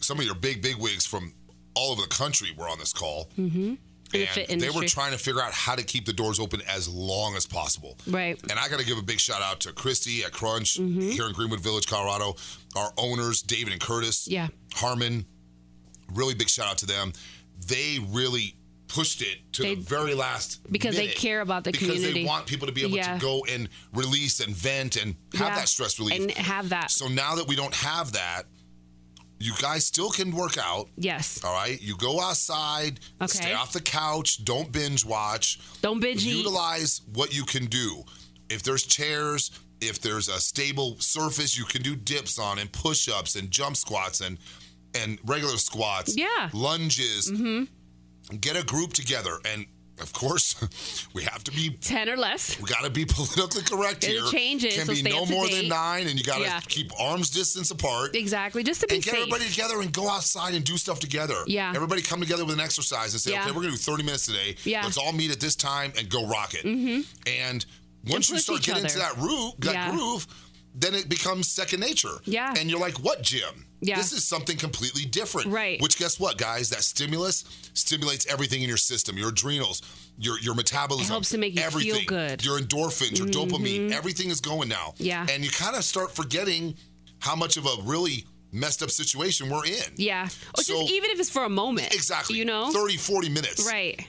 [SPEAKER 6] some of your big big wigs from all over the country were on this call.
[SPEAKER 5] Mm-hmm. In the
[SPEAKER 6] and
[SPEAKER 5] fit
[SPEAKER 6] they were
[SPEAKER 5] industry.
[SPEAKER 6] trying to figure out how to keep the doors open as long as possible.
[SPEAKER 5] Right. Mm-hmm.
[SPEAKER 6] And I got to give a big shout out to Christy at Crunch here in Greenwood Village, Colorado. Our owners, David and Curtis.
[SPEAKER 5] Yeah.
[SPEAKER 6] Harmon. Really big shout out to them. They really pushed it to
[SPEAKER 5] They-
[SPEAKER 6] the very last
[SPEAKER 5] Because they
[SPEAKER 6] minute
[SPEAKER 5] care about the
[SPEAKER 6] because
[SPEAKER 5] community.
[SPEAKER 6] they want people to be able
[SPEAKER 5] Yeah.
[SPEAKER 6] to go and release and vent and have
[SPEAKER 5] Yeah.
[SPEAKER 6] that stress relief.
[SPEAKER 5] And have that.
[SPEAKER 6] so now that we don't have that, you guys still can work out.
[SPEAKER 5] yes.
[SPEAKER 6] All right, you go outside,
[SPEAKER 5] Okay.
[SPEAKER 6] stay off the couch, don't binge watch.
[SPEAKER 5] Don't binge eat.
[SPEAKER 6] Utilize what you can do. If there's chairs, if there's a stable surface, you can do dips on and push-ups and jump squats and and regular squats.
[SPEAKER 5] Yeah. Mm-hmm.
[SPEAKER 6] lunges. Get a group together, and of course, we have to be.
[SPEAKER 5] 10 or less.
[SPEAKER 6] We gotta be politically correct
[SPEAKER 5] It'll
[SPEAKER 6] here.
[SPEAKER 5] change it,
[SPEAKER 6] Can
[SPEAKER 5] so
[SPEAKER 6] be
[SPEAKER 5] stay
[SPEAKER 6] no
[SPEAKER 5] up to
[SPEAKER 6] more
[SPEAKER 5] date.
[SPEAKER 6] than nine, and you gotta
[SPEAKER 5] Yeah.
[SPEAKER 6] keep arms distance apart
[SPEAKER 5] Exactly. Just to be
[SPEAKER 6] and get
[SPEAKER 5] safe.
[SPEAKER 6] everybody together and go outside and do stuff together.
[SPEAKER 5] Yeah.
[SPEAKER 6] Everybody come together with an exercise and say,
[SPEAKER 5] Yeah.
[SPEAKER 6] okay, we're gonna do 30 minutes today.
[SPEAKER 5] Yeah.
[SPEAKER 6] Let's all meet at this time and go rock it. Mm-hmm. And once you
[SPEAKER 5] push
[SPEAKER 6] start
[SPEAKER 5] each
[SPEAKER 6] getting into
[SPEAKER 5] other.
[SPEAKER 6] that root, that
[SPEAKER 5] Yeah.
[SPEAKER 6] groove, then it becomes second nature.
[SPEAKER 5] Yeah.
[SPEAKER 6] And you're like, what gym?
[SPEAKER 5] Yeah.
[SPEAKER 6] This is something completely different.
[SPEAKER 5] Right.
[SPEAKER 6] Which guess what, guys? That stimulus stimulates everything in your system, your adrenals, your your metabolism.
[SPEAKER 5] helps to make you feel
[SPEAKER 6] everything,
[SPEAKER 5] good.
[SPEAKER 6] Your endorphins, your dopamine, everything is going now.
[SPEAKER 5] Mm-hmm. Yeah.
[SPEAKER 6] And you kind of start forgetting how much of a really messed up situation we're in.
[SPEAKER 5] Yeah. Or
[SPEAKER 6] So-
[SPEAKER 5] just even if it's for a moment.
[SPEAKER 6] Exactly.
[SPEAKER 5] You know?
[SPEAKER 6] 30, 40 minutes.
[SPEAKER 5] Right.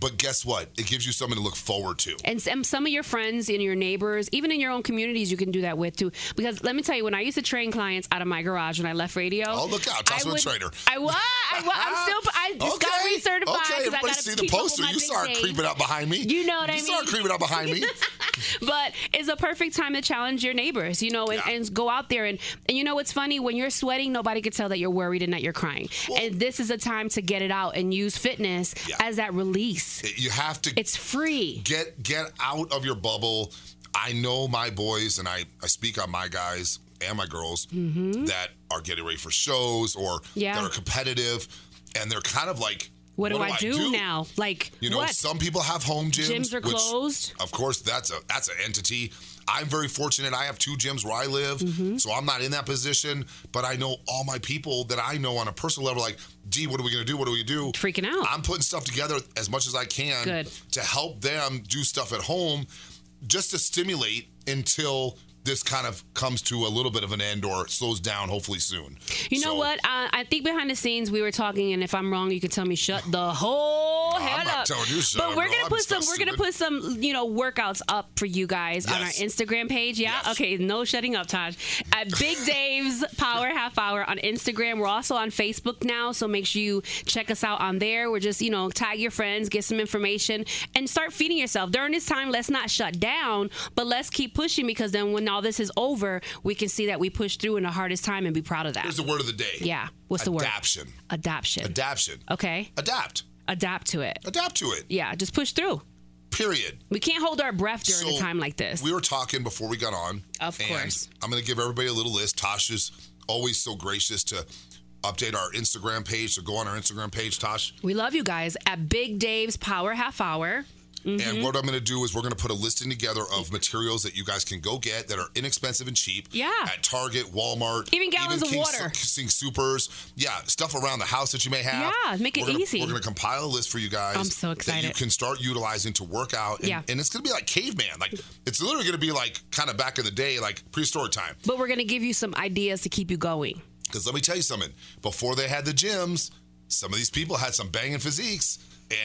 [SPEAKER 6] But guess what? It gives you something to look forward to.
[SPEAKER 5] And some, some of your friends and your neighbors, even in your own communities, you can do that with too. Because let me tell you, when I used to train clients out of my garage when I left radio,
[SPEAKER 6] Oh, look out.
[SPEAKER 5] I
[SPEAKER 6] Toss with a
[SPEAKER 5] would-
[SPEAKER 6] trainer.
[SPEAKER 5] I was. Ah, I, wa- I'm still. I just
[SPEAKER 6] okay.
[SPEAKER 5] got recertified.
[SPEAKER 6] Okay,
[SPEAKER 5] 'cause I
[SPEAKER 6] everybody
[SPEAKER 5] gotta
[SPEAKER 6] see the
[SPEAKER 5] keep up with
[SPEAKER 6] poster.
[SPEAKER 5] my
[SPEAKER 6] You
[SPEAKER 5] big
[SPEAKER 6] saw it
[SPEAKER 5] thing.
[SPEAKER 6] creeping out behind me.
[SPEAKER 5] You know what I
[SPEAKER 6] You saw it
[SPEAKER 5] mean.
[SPEAKER 6] creeping out behind me.
[SPEAKER 5] but it's a perfect time to challenge your neighbors, you know, and,
[SPEAKER 6] Yeah.
[SPEAKER 5] and go out there and and you know what's funny when you're sweating, nobody could tell that you're worried and that you're crying. and this is a time to get it out and use fitness
[SPEAKER 6] Yeah.
[SPEAKER 5] as that release.
[SPEAKER 6] you have to
[SPEAKER 5] It's free.
[SPEAKER 6] get get out of your bubble. I know my boys, and I, I speak on my guys and my girls that are getting ready for shows or
[SPEAKER 5] Mm-hmm. Yeah.
[SPEAKER 6] that are competitive, and they're kind of like,
[SPEAKER 5] What, do, I, do, now? Like
[SPEAKER 6] You know,
[SPEAKER 5] what?
[SPEAKER 6] some people have home gyms.
[SPEAKER 5] Gyms are
[SPEAKER 6] which,
[SPEAKER 5] closed.
[SPEAKER 6] Of course, that's a that's an entity. I'm very fortunate. I have two gyms where I live,
[SPEAKER 5] Mm-hmm.
[SPEAKER 6] so I'm not in that position. But I know all my people that I know on a personal level. Like, D, what are we gonna do? What are we gonna do?
[SPEAKER 5] Freaking out.
[SPEAKER 6] I'm putting stuff together as much as I can
[SPEAKER 5] Good.
[SPEAKER 6] to help them do stuff at home, just to stimulate until this kind of comes to a little bit of an end or slows down. Hopefully soon.
[SPEAKER 5] You know
[SPEAKER 6] So,
[SPEAKER 5] what? I, I think behind the scenes we were talking, and if I'm wrong, you can tell me shut the whole
[SPEAKER 6] I'm
[SPEAKER 5] hell
[SPEAKER 6] not
[SPEAKER 5] up.
[SPEAKER 6] telling you shut
[SPEAKER 5] but
[SPEAKER 6] up,
[SPEAKER 5] we're
[SPEAKER 6] girl.
[SPEAKER 5] gonna
[SPEAKER 6] I'm
[SPEAKER 5] put some.
[SPEAKER 6] so
[SPEAKER 5] We're gonna
[SPEAKER 6] stupid.
[SPEAKER 5] put some, you know, workouts up for you guys on our
[SPEAKER 6] Yes.
[SPEAKER 5] Instagram page. Yeah.
[SPEAKER 6] Yes.
[SPEAKER 5] Okay. No shutting up, Taj. At Big Dave's Power Half Hour on Instagram. We're also on Facebook now, so make sure you check us out on there. We're just, you know, tag your friends, get some information, and start feeding yourself during this time. Let's not shut down, but let's keep pushing because then when all this is over, we can see that we pushed through in the hardest time and be proud of that.
[SPEAKER 6] Here's the word of the day.
[SPEAKER 5] Yeah. What's the word?
[SPEAKER 6] Adaption.
[SPEAKER 5] Adoption.
[SPEAKER 6] Adaption.
[SPEAKER 5] okay.
[SPEAKER 6] Adapt.
[SPEAKER 5] Adapt to it.
[SPEAKER 6] Adapt to it.
[SPEAKER 5] Yeah. Just push through.
[SPEAKER 6] Period.
[SPEAKER 5] We can't hold our breath during
[SPEAKER 6] So,
[SPEAKER 5] a time like this.
[SPEAKER 6] We were talking before we got on.
[SPEAKER 5] Of
[SPEAKER 6] and
[SPEAKER 5] course.
[SPEAKER 6] I'm going to give everybody a little list. Tasha's always so gracious to update our Instagram page. So go on our Instagram page, Tosh.
[SPEAKER 5] We love you guys at Big Dave's Power Half Hour. Mm-hmm.
[SPEAKER 6] And what I'm going to do is we're going to put a listing together of materials that you guys can go get that are inexpensive and cheap.
[SPEAKER 5] Yeah.
[SPEAKER 6] At Target, Walmart,
[SPEAKER 5] Even gallons of
[SPEAKER 6] King,
[SPEAKER 5] water.
[SPEAKER 6] King Supers. Yeah, stuff around the house that you may have.
[SPEAKER 5] Yeah, make it
[SPEAKER 6] We're gonna-
[SPEAKER 5] easy.
[SPEAKER 6] We're going to compile a list for you guys.
[SPEAKER 5] I'm so
[SPEAKER 6] That you
[SPEAKER 5] excited.
[SPEAKER 6] can start utilizing to work out. And,
[SPEAKER 5] Yeah.
[SPEAKER 6] and it's going to be like caveman. Like it's literally going to be like kind of back in the day, like prehistoric time.
[SPEAKER 5] But we're going to give you some ideas to keep you going.
[SPEAKER 6] Because let me tell you something. Before they had the gyms, some of these people had some banging physiques,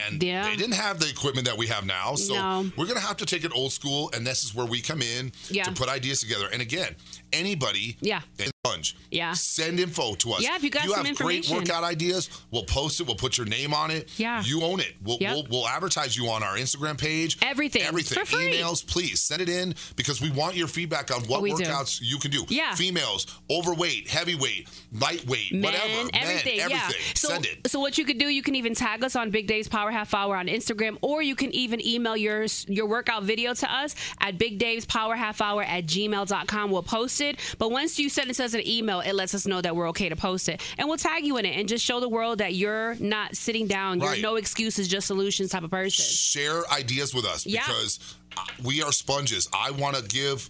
[SPEAKER 6] and
[SPEAKER 5] Yeah.
[SPEAKER 6] they didn't have the equipment that we have now. So
[SPEAKER 5] No.
[SPEAKER 6] we're gonna have to take it old school, and this is where we come in
[SPEAKER 5] Yeah.
[SPEAKER 6] to put ideas together. And again, anybody,
[SPEAKER 5] Yeah.
[SPEAKER 6] and lunge,
[SPEAKER 5] Yeah.
[SPEAKER 6] send info to us.
[SPEAKER 5] Yeah, if you got some
[SPEAKER 6] have
[SPEAKER 5] information.
[SPEAKER 6] great workout ideas, we'll post it. We'll put your name on it.
[SPEAKER 5] Yeah.
[SPEAKER 6] you own it. We'll
[SPEAKER 5] Yep.
[SPEAKER 6] we'll, we'll advertise you on our Instagram page.
[SPEAKER 5] Everything.
[SPEAKER 6] everything.
[SPEAKER 5] For free.
[SPEAKER 6] Emails, please send it in because we want your feedback on what
[SPEAKER 5] We do.
[SPEAKER 6] workouts you can do.
[SPEAKER 5] Yeah.
[SPEAKER 6] females, overweight, heavyweight, lightweight,
[SPEAKER 5] Men,
[SPEAKER 6] whatever.
[SPEAKER 5] everything,
[SPEAKER 6] Men,
[SPEAKER 5] yeah.
[SPEAKER 6] everything.
[SPEAKER 5] So,
[SPEAKER 6] Send it.
[SPEAKER 5] so what you could do, you can even tag us on Big Dave's Power Half Hour on Instagram, or you can even email your your workout video to us at Big Dave's Power Half Hour at gmail.com. We'll post it. But once you send us as an email, it lets us know that we're okay to post it. And we'll tag you in it and just show the world that you're not sitting down. You're
[SPEAKER 6] Right.
[SPEAKER 5] no excuses, just solutions type of person.
[SPEAKER 6] Share ideas with us
[SPEAKER 5] Yeah.
[SPEAKER 6] because uh, we are sponges. I want to give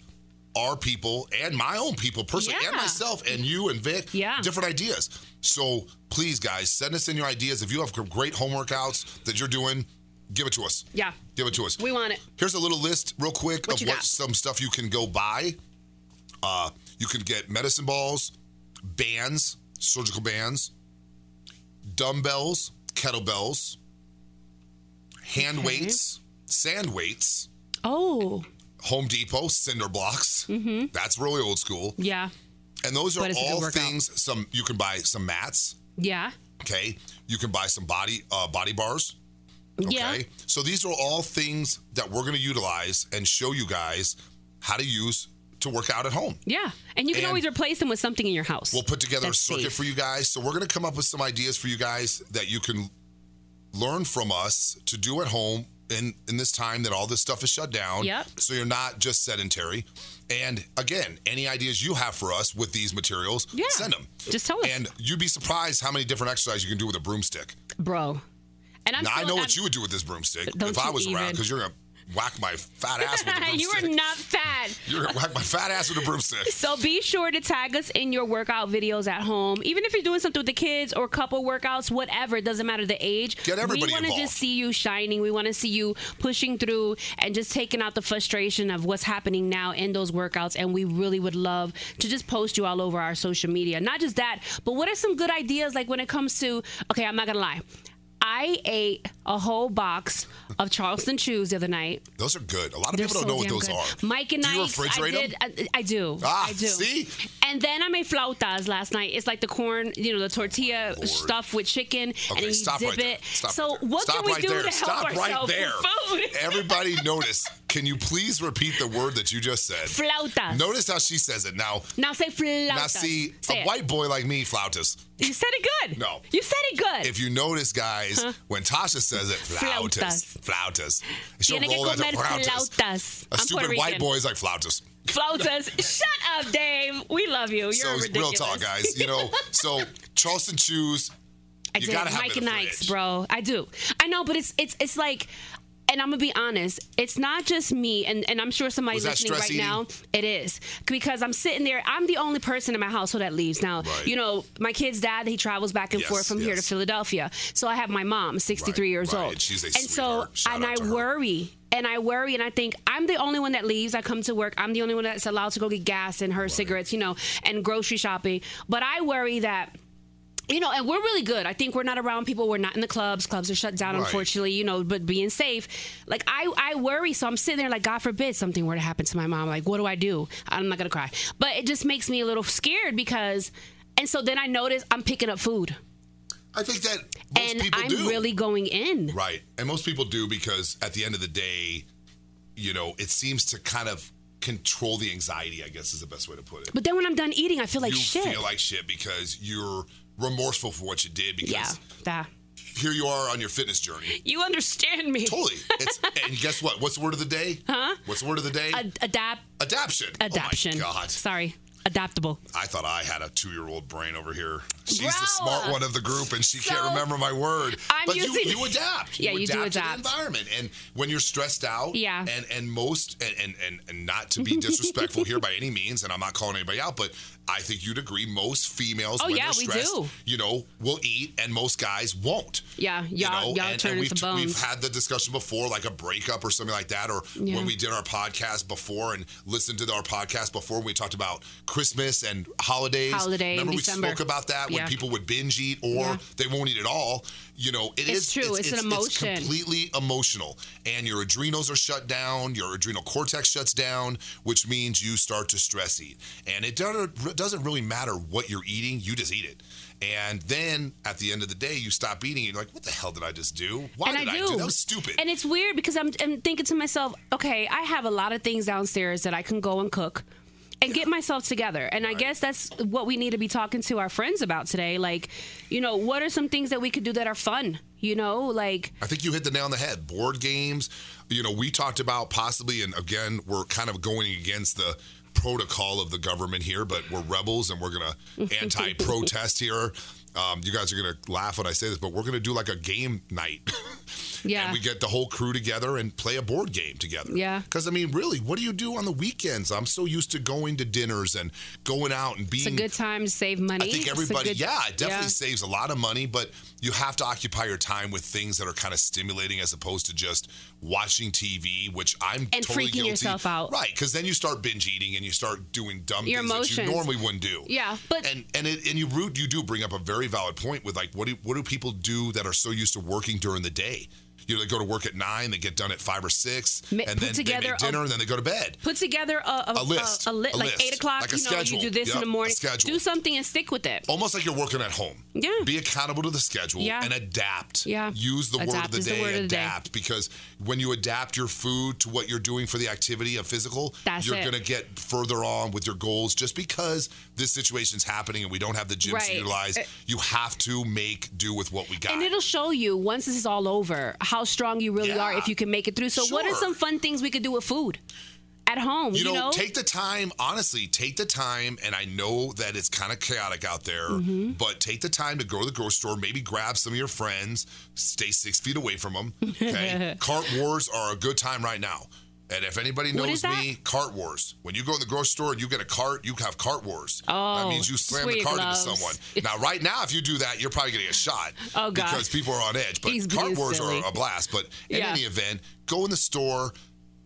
[SPEAKER 6] our people and my own people personally and
[SPEAKER 5] Yeah.
[SPEAKER 6] myself and you and Vic.
[SPEAKER 5] Yeah.
[SPEAKER 6] Different ideas. So please, guys, send us in your ideas. If you have great home workouts that you're doing, give it to us.
[SPEAKER 5] Yeah.
[SPEAKER 6] Give it to us.
[SPEAKER 5] We want it.
[SPEAKER 6] Here's a little list, real quick,
[SPEAKER 5] What
[SPEAKER 6] of
[SPEAKER 5] you
[SPEAKER 6] what
[SPEAKER 5] got?
[SPEAKER 6] some stuff you can go buy. Uh, you can get medicine balls, bands, surgical bands, dumbbells, kettlebells, hand weights, sand weights,
[SPEAKER 5] Oh,
[SPEAKER 6] Home Depot, cinder blocks. Mm-hmm. That's really old school.
[SPEAKER 5] yeah.
[SPEAKER 6] And those are
[SPEAKER 5] But it's a good
[SPEAKER 6] all
[SPEAKER 5] workout.
[SPEAKER 6] things. Some you can buy some mats.
[SPEAKER 5] Yeah.
[SPEAKER 6] Okay, you can buy some body uh, body bars.
[SPEAKER 5] Yeah.
[SPEAKER 6] Okay. So these are all things that we're going to utilize and show you guys how to use to work out at home.
[SPEAKER 5] Yeah. And you can
[SPEAKER 6] And-
[SPEAKER 5] always replace them with something in your house.
[SPEAKER 6] We'll put together
[SPEAKER 5] That's
[SPEAKER 6] a circuit
[SPEAKER 5] safe.
[SPEAKER 6] for you guys. So we're going to come up with some ideas for you guys that you can learn from us to do at home in in this time that all this stuff is shut down.
[SPEAKER 5] Yep.
[SPEAKER 6] So you're not just sedentary. And again, any ideas you have for us with these materials,
[SPEAKER 5] Yeah.
[SPEAKER 6] send them.
[SPEAKER 5] Just tell us.
[SPEAKER 6] And you'd be surprised how many different exercises you can do with a broomstick.
[SPEAKER 5] Bro. And I'm
[SPEAKER 6] now I
[SPEAKER 5] still-
[SPEAKER 6] know
[SPEAKER 5] I'm-
[SPEAKER 6] what you would do with this broomstick
[SPEAKER 5] Don't
[SPEAKER 6] if I
[SPEAKER 5] you
[SPEAKER 6] was around,
[SPEAKER 5] even.
[SPEAKER 6] because you're gonna whack my fat ass with a broomstick.
[SPEAKER 5] you are not fat.
[SPEAKER 6] You're gonna whack my fat ass with a broomstick.
[SPEAKER 5] So be sure to tag us in your workout videos at home. Even if you're doing something with the kids or couple workouts, whatever, it doesn't matter the age.
[SPEAKER 6] Get everybody
[SPEAKER 5] We wanna
[SPEAKER 6] involved.
[SPEAKER 5] just see you shining. We want to see you pushing through and just taking out the frustration of what's happening now in those workouts. And we really would love to just post you all over our social media. Not just that, but what are some good ideas like when it comes to, okay, I'm not going to lie. I ate a whole box of Charleston shoes the other night.
[SPEAKER 6] Those are good. A lot of
[SPEAKER 5] They're
[SPEAKER 6] people
[SPEAKER 5] so
[SPEAKER 6] don't know what
[SPEAKER 5] damn
[SPEAKER 6] those
[SPEAKER 5] good.
[SPEAKER 6] are.
[SPEAKER 5] Mike and
[SPEAKER 6] do you
[SPEAKER 5] Ike's,
[SPEAKER 6] refrigerate
[SPEAKER 5] I did.
[SPEAKER 6] them?
[SPEAKER 5] I, I do.
[SPEAKER 6] Ah,
[SPEAKER 5] I do.
[SPEAKER 6] see?
[SPEAKER 5] And then I made flautas last night. It's like the corn, you know, the tortilla
[SPEAKER 6] Oh, Lord.
[SPEAKER 5] stuff with chicken, and
[SPEAKER 6] Okay,
[SPEAKER 5] then you
[SPEAKER 6] stop
[SPEAKER 5] dip
[SPEAKER 6] right
[SPEAKER 5] it.
[SPEAKER 6] there. Stop
[SPEAKER 5] so
[SPEAKER 6] right there.
[SPEAKER 5] what
[SPEAKER 6] Stop
[SPEAKER 5] can we
[SPEAKER 6] right
[SPEAKER 5] do
[SPEAKER 6] there.
[SPEAKER 5] to help
[SPEAKER 6] Stop
[SPEAKER 5] ourselves
[SPEAKER 6] right there.
[SPEAKER 5] with food?
[SPEAKER 6] Everybody notice. Can you please repeat the word that you just said?
[SPEAKER 5] flautas.
[SPEAKER 6] Notice how she says it. Now,
[SPEAKER 5] Now say flautas.
[SPEAKER 6] now see,
[SPEAKER 5] Say
[SPEAKER 6] a
[SPEAKER 5] it.
[SPEAKER 6] white boy like me, flautas.
[SPEAKER 5] You said it good.
[SPEAKER 6] No.
[SPEAKER 5] You said it good.
[SPEAKER 6] If you notice, guys, when Tasha says it, flautas, flautas. She'll
[SPEAKER 5] Tiene que
[SPEAKER 6] roll that to
[SPEAKER 5] comer
[SPEAKER 6] flautas.
[SPEAKER 5] flautas.
[SPEAKER 6] A
[SPEAKER 5] I'm
[SPEAKER 6] stupid
[SPEAKER 5] Puerto
[SPEAKER 6] white
[SPEAKER 5] Rican.
[SPEAKER 6] boy is like flautas.
[SPEAKER 5] Flautas. Shut up, Dave. We love you. You're
[SPEAKER 6] so real
[SPEAKER 5] ridiculous.
[SPEAKER 6] talk, guys. You know, so Charleston shoes.
[SPEAKER 5] I
[SPEAKER 6] you
[SPEAKER 5] did.
[SPEAKER 6] gotta have
[SPEAKER 5] Mike
[SPEAKER 6] it in the
[SPEAKER 5] and Ike's,
[SPEAKER 6] fridge.
[SPEAKER 5] bro. I do. I know, but it's it's it's like, and I'm gonna be honest. It's not just me, and and I'm sure somebody
[SPEAKER 6] Was that
[SPEAKER 5] listening right
[SPEAKER 6] stress eating?
[SPEAKER 5] now. It is because I'm sitting there. I'm the only person in my household that leaves now.
[SPEAKER 6] Right.
[SPEAKER 5] You know, my kid's dad. He travels back and
[SPEAKER 6] Yes,
[SPEAKER 5] forth from here to
[SPEAKER 6] yes.
[SPEAKER 5] Philadelphia. So I have my mom, 63
[SPEAKER 6] Right,
[SPEAKER 5] years
[SPEAKER 6] right.
[SPEAKER 5] old.
[SPEAKER 6] She's a
[SPEAKER 5] and so
[SPEAKER 6] sweetheart. Shout
[SPEAKER 5] and
[SPEAKER 6] out
[SPEAKER 5] I
[SPEAKER 6] to her.
[SPEAKER 5] worry. And I worry, and I think I'm the only one that leaves. I come to work. I'm the only one that's allowed to go get gas and her cigarettes, you know, and grocery shopping. But I worry that you know, and we're really good. I think we're not around people. We're not in the clubs. Clubs are shut down,
[SPEAKER 6] Right.
[SPEAKER 5] unfortunately. You know, but being safe, like I, I worry. So I'm sitting there, like God forbid something were to happen to my mom. Like, what do I do? I'm not gonna cry, but it just makes me a little scared because, and so then I notice I'm picking up food,
[SPEAKER 6] I think that most
[SPEAKER 5] and
[SPEAKER 6] people
[SPEAKER 5] I'm
[SPEAKER 6] do.
[SPEAKER 5] really going in.
[SPEAKER 6] Right. And most people do because at the end of the day, you know, it seems to kind of control the anxiety, I guess is the best way to put it.
[SPEAKER 5] But then when I'm done eating, I feel like
[SPEAKER 6] you
[SPEAKER 5] shit.
[SPEAKER 6] feel like shit because you're remorseful for what you did because
[SPEAKER 5] yeah, that
[SPEAKER 6] here you are on your fitness journey.
[SPEAKER 5] you understand me.
[SPEAKER 6] Totally. It's, and guess what? What's the word of the day? Huh? What's the word of the day?
[SPEAKER 5] Ad- adapt,
[SPEAKER 6] Adaption.
[SPEAKER 5] adaption.
[SPEAKER 6] Oh my God.
[SPEAKER 5] Sorry, adaptable.
[SPEAKER 6] I thought I had a two year old brain over here. She's
[SPEAKER 5] Bro.
[SPEAKER 6] the smart one of the group and she
[SPEAKER 5] So,
[SPEAKER 6] can't remember my word.
[SPEAKER 5] I'm
[SPEAKER 6] but you,
[SPEAKER 5] using-
[SPEAKER 6] you adapt.
[SPEAKER 5] Yeah, you do
[SPEAKER 6] adapt
[SPEAKER 5] adapt.
[SPEAKER 6] to the environment. And when you're stressed out,
[SPEAKER 5] Yeah.
[SPEAKER 6] and, and most and, and, and, and not to be disrespectful here by any means, and I'm not calling anybody out, but I think you'd agree most females
[SPEAKER 5] Oh,
[SPEAKER 6] when
[SPEAKER 5] yeah,
[SPEAKER 6] they're
[SPEAKER 5] we
[SPEAKER 6] stressed,
[SPEAKER 5] do.
[SPEAKER 6] you know, will eat and most guys won't.
[SPEAKER 5] Yeah, y'all-
[SPEAKER 6] you know,
[SPEAKER 5] y'all
[SPEAKER 6] and,
[SPEAKER 5] turn
[SPEAKER 6] and we've,
[SPEAKER 5] into
[SPEAKER 6] we've
[SPEAKER 5] bones.
[SPEAKER 6] had the discussion before, like a breakup or something like that, or
[SPEAKER 5] Yeah.
[SPEAKER 6] when we did our podcast before and listened to our podcast before, we talked about Christmas and holidays.
[SPEAKER 5] Holiday in
[SPEAKER 6] Remember we
[SPEAKER 5] December.
[SPEAKER 6] spoke about that when
[SPEAKER 5] Yeah.
[SPEAKER 6] people would binge eat or
[SPEAKER 5] Yeah.
[SPEAKER 6] they won't eat at all. You know, it
[SPEAKER 5] It's
[SPEAKER 6] is-
[SPEAKER 5] true. It's an emotion.
[SPEAKER 6] completely emotional, and your adrenals are shut down. Your adrenal cortex shuts down, which means you start to stress eat. And it doesn't doesn't really matter what you're eating. You just eat it. And then at the end of the day, you stop eating. And you're like, "What the hell did I just do? Why
[SPEAKER 5] and
[SPEAKER 6] did
[SPEAKER 5] I do.
[SPEAKER 6] That was stupid."
[SPEAKER 5] And it's weird because I'm, I'm thinking to myself, okay, I have a lot of things downstairs that I can go and cook and get myself together. And I guess that's what we need to be talking to our friends about today. Like, you know, what are some things that we could do that are fun? You know, like,
[SPEAKER 6] I think you hit the nail on the head. Board games, you know, we talked about possibly, and again, we're kind of going against the protocol of the government here, but we're rebels and we're going to anti protest here. Um, you guys are going to laugh when I say this, but we're going to do like a game night.
[SPEAKER 5] Yeah.
[SPEAKER 6] and we get the whole crew together and play a board game together.
[SPEAKER 5] Yeah.
[SPEAKER 6] Because I mean, really, what do you do on the weekends? I'm so used to going to dinners and going out and being.
[SPEAKER 5] It's a good time to save money.
[SPEAKER 6] Mm. I
[SPEAKER 5] It's
[SPEAKER 6] think
[SPEAKER 5] a
[SPEAKER 6] everybody,
[SPEAKER 5] good-
[SPEAKER 6] yeah, it definitely
[SPEAKER 5] yeah.
[SPEAKER 6] saves a lot of money, but you have to occupy your time with things that are kind of stimulating as opposed to just watching TV, which I'm
[SPEAKER 5] And
[SPEAKER 6] totally
[SPEAKER 5] freaking
[SPEAKER 6] guilty.
[SPEAKER 5] yourself out.
[SPEAKER 6] Right, because then you start binge eating and you start doing dumb
[SPEAKER 5] Your
[SPEAKER 6] things that
[SPEAKER 5] emotions.
[SPEAKER 6] you normally wouldn't do.
[SPEAKER 5] Yeah, but-
[SPEAKER 6] and and it, and you root you do bring up a very valid point with like what do what do people do that are so used to working during the day? You know, they go to work at nine, they get done at five or six,
[SPEAKER 5] Ma- put
[SPEAKER 6] and then they
[SPEAKER 5] together
[SPEAKER 6] make
[SPEAKER 5] a-
[SPEAKER 6] dinner, and then they go to bed.
[SPEAKER 5] Put together a, a,
[SPEAKER 6] A list.
[SPEAKER 5] a, li-
[SPEAKER 6] A
[SPEAKER 5] like
[SPEAKER 6] list.
[SPEAKER 5] eight o'clock.
[SPEAKER 6] Like a
[SPEAKER 5] you know,
[SPEAKER 6] schedule.
[SPEAKER 5] you do this
[SPEAKER 6] Yep,
[SPEAKER 5] in the
[SPEAKER 6] a
[SPEAKER 5] morning.
[SPEAKER 6] schedule.
[SPEAKER 5] Do something and stick with it.
[SPEAKER 6] almost like you're working at home.
[SPEAKER 5] Yeah.
[SPEAKER 6] Be accountable to the schedule
[SPEAKER 5] Yeah.
[SPEAKER 6] and adapt.
[SPEAKER 5] Yeah.
[SPEAKER 6] Use the word of
[SPEAKER 5] Adapt
[SPEAKER 6] the
[SPEAKER 5] is the
[SPEAKER 6] day,
[SPEAKER 5] word of the day.
[SPEAKER 6] adapt, because when you adapt your food to what you're doing for the activity of physical,
[SPEAKER 5] That's
[SPEAKER 6] you're
[SPEAKER 5] it.
[SPEAKER 6] going to get further on with your goals just because this situation's happening and we don't have the gym to
[SPEAKER 5] Right.
[SPEAKER 6] utilize.
[SPEAKER 5] Uh,
[SPEAKER 6] you have to make do with what we got.
[SPEAKER 5] And it'll show you once this is all over how strong you really
[SPEAKER 6] Yeah.
[SPEAKER 5] are if you can make it through. So, what are
[SPEAKER 6] Sure.
[SPEAKER 5] some fun things we could do with food at home? You,
[SPEAKER 6] you know, take the time honestly take the time and i know that it's kind of chaotic out there
[SPEAKER 5] Mm-hmm.
[SPEAKER 6] but take the time to go to the grocery store maybe grab some of your friends stay six feet away from them okay cart wars are a good time right now and if anybody
[SPEAKER 5] What
[SPEAKER 6] knows
[SPEAKER 5] is that?
[SPEAKER 6] me, cart wars. When you go in the grocery store and you get a cart, you have cart wars. that
[SPEAKER 5] Oh,
[SPEAKER 6] means you slam the
[SPEAKER 5] sweet
[SPEAKER 6] cart
[SPEAKER 5] gloves.
[SPEAKER 6] into someone. Now, right now, if you do that, you're probably getting a shot.
[SPEAKER 5] Oh, God.
[SPEAKER 6] Because people are on edge. But
[SPEAKER 5] He's
[SPEAKER 6] cart
[SPEAKER 5] being
[SPEAKER 6] wars
[SPEAKER 5] silly.
[SPEAKER 6] are a blast. But in
[SPEAKER 5] Yeah.
[SPEAKER 6] any event, go in the store,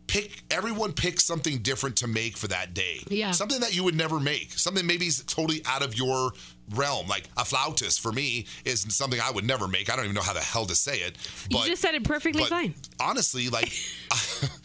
[SPEAKER 6] pick everyone picks something different to make for that day.
[SPEAKER 5] Yeah.
[SPEAKER 6] Something that you would never make. Something maybe is totally out of your realm. Like a flautus for me is something I would never make. I don't even know how the hell to say it.
[SPEAKER 5] You
[SPEAKER 6] But,
[SPEAKER 5] just said it perfectly
[SPEAKER 6] but
[SPEAKER 5] fine.
[SPEAKER 6] Honestly, like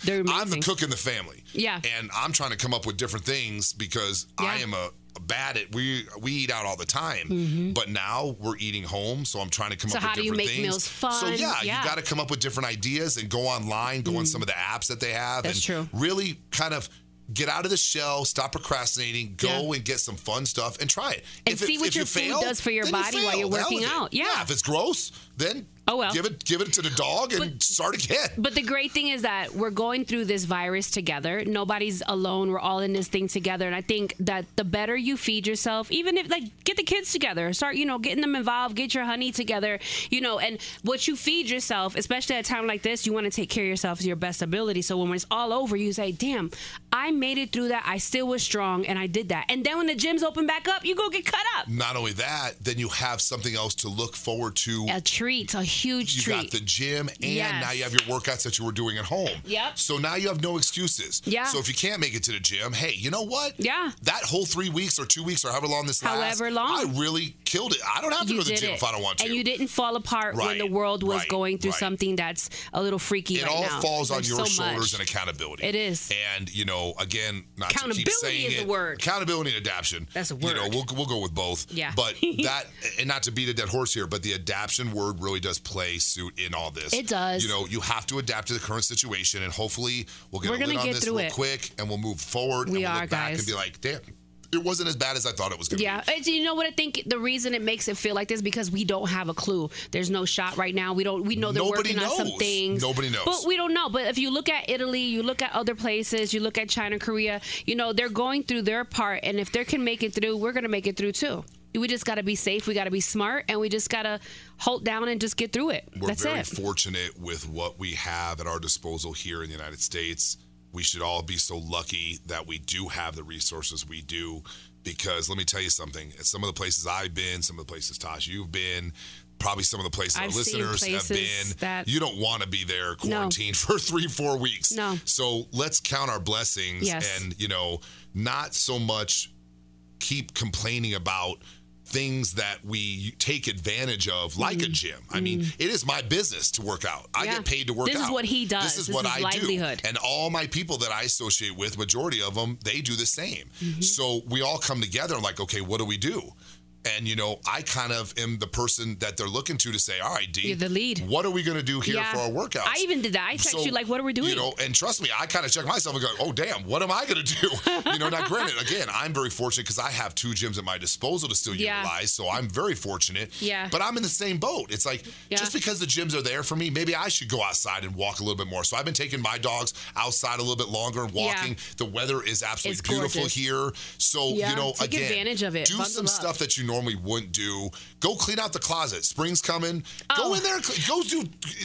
[SPEAKER 5] They're
[SPEAKER 6] I'm the
[SPEAKER 5] amazing.
[SPEAKER 6] cook in the family.
[SPEAKER 5] Yeah.
[SPEAKER 6] And I'm trying to come up with different things because I
[SPEAKER 5] Yeah.
[SPEAKER 6] am a bad at we we eat out all the time but now we're eating home so i'm trying to
[SPEAKER 5] Mm-hmm.
[SPEAKER 6] come
[SPEAKER 5] So
[SPEAKER 6] up with
[SPEAKER 5] how do you
[SPEAKER 6] different
[SPEAKER 5] make
[SPEAKER 6] things
[SPEAKER 5] meals
[SPEAKER 6] so
[SPEAKER 5] fun?
[SPEAKER 6] yeah,
[SPEAKER 5] Yeah. Mm-hmm.
[SPEAKER 6] you got to come up with different ideas and go online go on some of the apps that they have
[SPEAKER 5] That's
[SPEAKER 6] and
[SPEAKER 5] true.
[SPEAKER 6] really kind of get out of the shell stop procrastinating go
[SPEAKER 5] Yeah.
[SPEAKER 6] and get some fun stuff and try it
[SPEAKER 5] And see what
[SPEAKER 6] you
[SPEAKER 5] your food does for your
[SPEAKER 6] then you
[SPEAKER 5] body while
[SPEAKER 6] fail.
[SPEAKER 5] you're
[SPEAKER 6] The hell
[SPEAKER 5] working
[SPEAKER 6] with it.
[SPEAKER 5] out. Yeah.
[SPEAKER 6] if it's gross then
[SPEAKER 5] Oh, well.
[SPEAKER 6] give it give it to the dog and start again
[SPEAKER 5] But the great thing is that we're going through this virus together. Nobody's alone. We're all in this thing together. And I think that the better you feed yourself, even if like get the kids together, start, you know, getting them involved, get your honey together, you know, and what you feed yourself, especially at a time like this, you want to take care of yourself to your best ability. So when it's all over, you say, damn, I made it through that. I still was strong and I did that. And then when the gyms open back up, you go get cut up.
[SPEAKER 6] not only that then you have something else to look forward to
[SPEAKER 5] A treat, a huge
[SPEAKER 6] you
[SPEAKER 5] treat.
[SPEAKER 6] got the gym and
[SPEAKER 5] Yes.
[SPEAKER 6] now you have your workouts that you were doing at home.
[SPEAKER 5] Yep.
[SPEAKER 6] So now you have no excuses.
[SPEAKER 5] Yeah.
[SPEAKER 6] So if you can't make it to the gym, hey, you know what?
[SPEAKER 5] Yeah.
[SPEAKER 6] That whole three weeks or two weeks or however long this lasts.
[SPEAKER 5] However long.
[SPEAKER 6] I really killed it. I don't have to
[SPEAKER 5] you
[SPEAKER 6] go to the
[SPEAKER 5] did
[SPEAKER 6] gym
[SPEAKER 5] it.
[SPEAKER 6] if I don't want to.
[SPEAKER 5] And you didn't fall apart when
[SPEAKER 6] Right,
[SPEAKER 5] the world was
[SPEAKER 6] right,
[SPEAKER 5] going through
[SPEAKER 6] right.
[SPEAKER 5] something that's a little freaky
[SPEAKER 6] it
[SPEAKER 5] right
[SPEAKER 6] all
[SPEAKER 5] now.
[SPEAKER 6] falls on
[SPEAKER 5] There's
[SPEAKER 6] your
[SPEAKER 5] so much.
[SPEAKER 6] shoulders and accountability.
[SPEAKER 5] It is.
[SPEAKER 6] And you know, again, not to keep
[SPEAKER 5] Accountability
[SPEAKER 6] saying
[SPEAKER 5] is
[SPEAKER 6] it,
[SPEAKER 5] the word.
[SPEAKER 6] Accountability and adaption.
[SPEAKER 5] That's a
[SPEAKER 6] You know,
[SPEAKER 5] word.
[SPEAKER 6] we'll we'll go with both.
[SPEAKER 5] Yeah.
[SPEAKER 6] But that, and not to beat a dead horse here, but the adaption word really does play suit in all this.
[SPEAKER 5] It does.
[SPEAKER 6] You know, you have to adapt to the current situation, and hopefully we'll get
[SPEAKER 5] We're
[SPEAKER 6] a lid
[SPEAKER 5] gonna
[SPEAKER 6] on
[SPEAKER 5] get
[SPEAKER 6] this
[SPEAKER 5] through
[SPEAKER 6] real
[SPEAKER 5] it.
[SPEAKER 6] quick, and we'll move forward.
[SPEAKER 5] We
[SPEAKER 6] and we'll
[SPEAKER 5] are,
[SPEAKER 6] look back
[SPEAKER 5] guys.
[SPEAKER 6] and be like, damn, it wasn't as bad as I thought it was going to
[SPEAKER 5] Yeah,
[SPEAKER 6] be.
[SPEAKER 5] it's, you know what I think? The reason it makes it feel like this because we don't have a clue. There's no shot right now. We don't. We know they're
[SPEAKER 6] Nobody
[SPEAKER 5] working on
[SPEAKER 6] knows.
[SPEAKER 5] some things.
[SPEAKER 6] Nobody knows.
[SPEAKER 5] But we don't know. But if you look at Italy, you look at other places, you look at China, Korea. You know they're going through their part, and if they can make it through, we're gonna make it through too. We just gotta be safe. We gotta be smart, and we just gotta hold down and just get through it.
[SPEAKER 6] We're
[SPEAKER 5] That's
[SPEAKER 6] very
[SPEAKER 5] it.
[SPEAKER 6] fortunate with what we have at our disposal here in the United States. We should all be so lucky that we do have the resources we do. Because let me tell you something: at some of the places I've been, some of the places Tosh, you've been, probably some of the places our
[SPEAKER 5] I've seen
[SPEAKER 6] listeners have
[SPEAKER 5] places
[SPEAKER 6] been.
[SPEAKER 5] that-
[SPEAKER 6] you don't want to be there quarantined for three, four weeks.
[SPEAKER 5] No.
[SPEAKER 6] So let's count our blessings
[SPEAKER 5] Yes.
[SPEAKER 6] and you know, not so much keep complaining about things that we take advantage of, like a gym. I mean, it is my business to work out. I
[SPEAKER 5] Mm-hmm. Yeah.
[SPEAKER 6] get paid to work
[SPEAKER 5] This
[SPEAKER 6] out.
[SPEAKER 5] is what he does.
[SPEAKER 6] This is
[SPEAKER 5] This
[SPEAKER 6] what
[SPEAKER 5] is
[SPEAKER 6] I
[SPEAKER 5] livelihood.
[SPEAKER 6] do. And all my people that I associate with, majority of them, they do the same.
[SPEAKER 5] Mm-hmm.
[SPEAKER 6] So we all come together like, okay, what do we do? And you know, I kind of am the person that they're looking to to say, "All right, D,
[SPEAKER 5] You're the lead.
[SPEAKER 6] What are we going to do here
[SPEAKER 5] Yeah.
[SPEAKER 6] for our workouts?"
[SPEAKER 5] I even did that. I text you, like, what are we doing?
[SPEAKER 6] You know, and trust me, I kind of check myself and go, "Oh, damn, what am I going to do?" You know. Now, granted, again, I'm very fortunate because I have two gyms at my disposal to still
[SPEAKER 5] Yeah.
[SPEAKER 6] utilize, so I'm very fortunate.
[SPEAKER 5] Yeah.
[SPEAKER 6] But I'm in the same boat. It's like
[SPEAKER 5] Yeah.
[SPEAKER 6] just because the gyms are there for me, maybe I should go outside and walk a little bit more. So I've been taking my dogs outside a little bit longer and
[SPEAKER 5] Yeah.
[SPEAKER 6] walking. The weather is absolutely
[SPEAKER 5] It's
[SPEAKER 6] beautiful
[SPEAKER 5] gorgeous.
[SPEAKER 6] here, so
[SPEAKER 5] Yeah.
[SPEAKER 6] you know,
[SPEAKER 5] Take
[SPEAKER 6] again,
[SPEAKER 5] advantage of it.
[SPEAKER 6] Do
[SPEAKER 5] Bundle
[SPEAKER 6] some
[SPEAKER 5] up.
[SPEAKER 6] stuff that you normally wouldn't do. Go clean out the closet. Spring's coming. Go
[SPEAKER 5] Oh.
[SPEAKER 6] in there. and cl- Go do.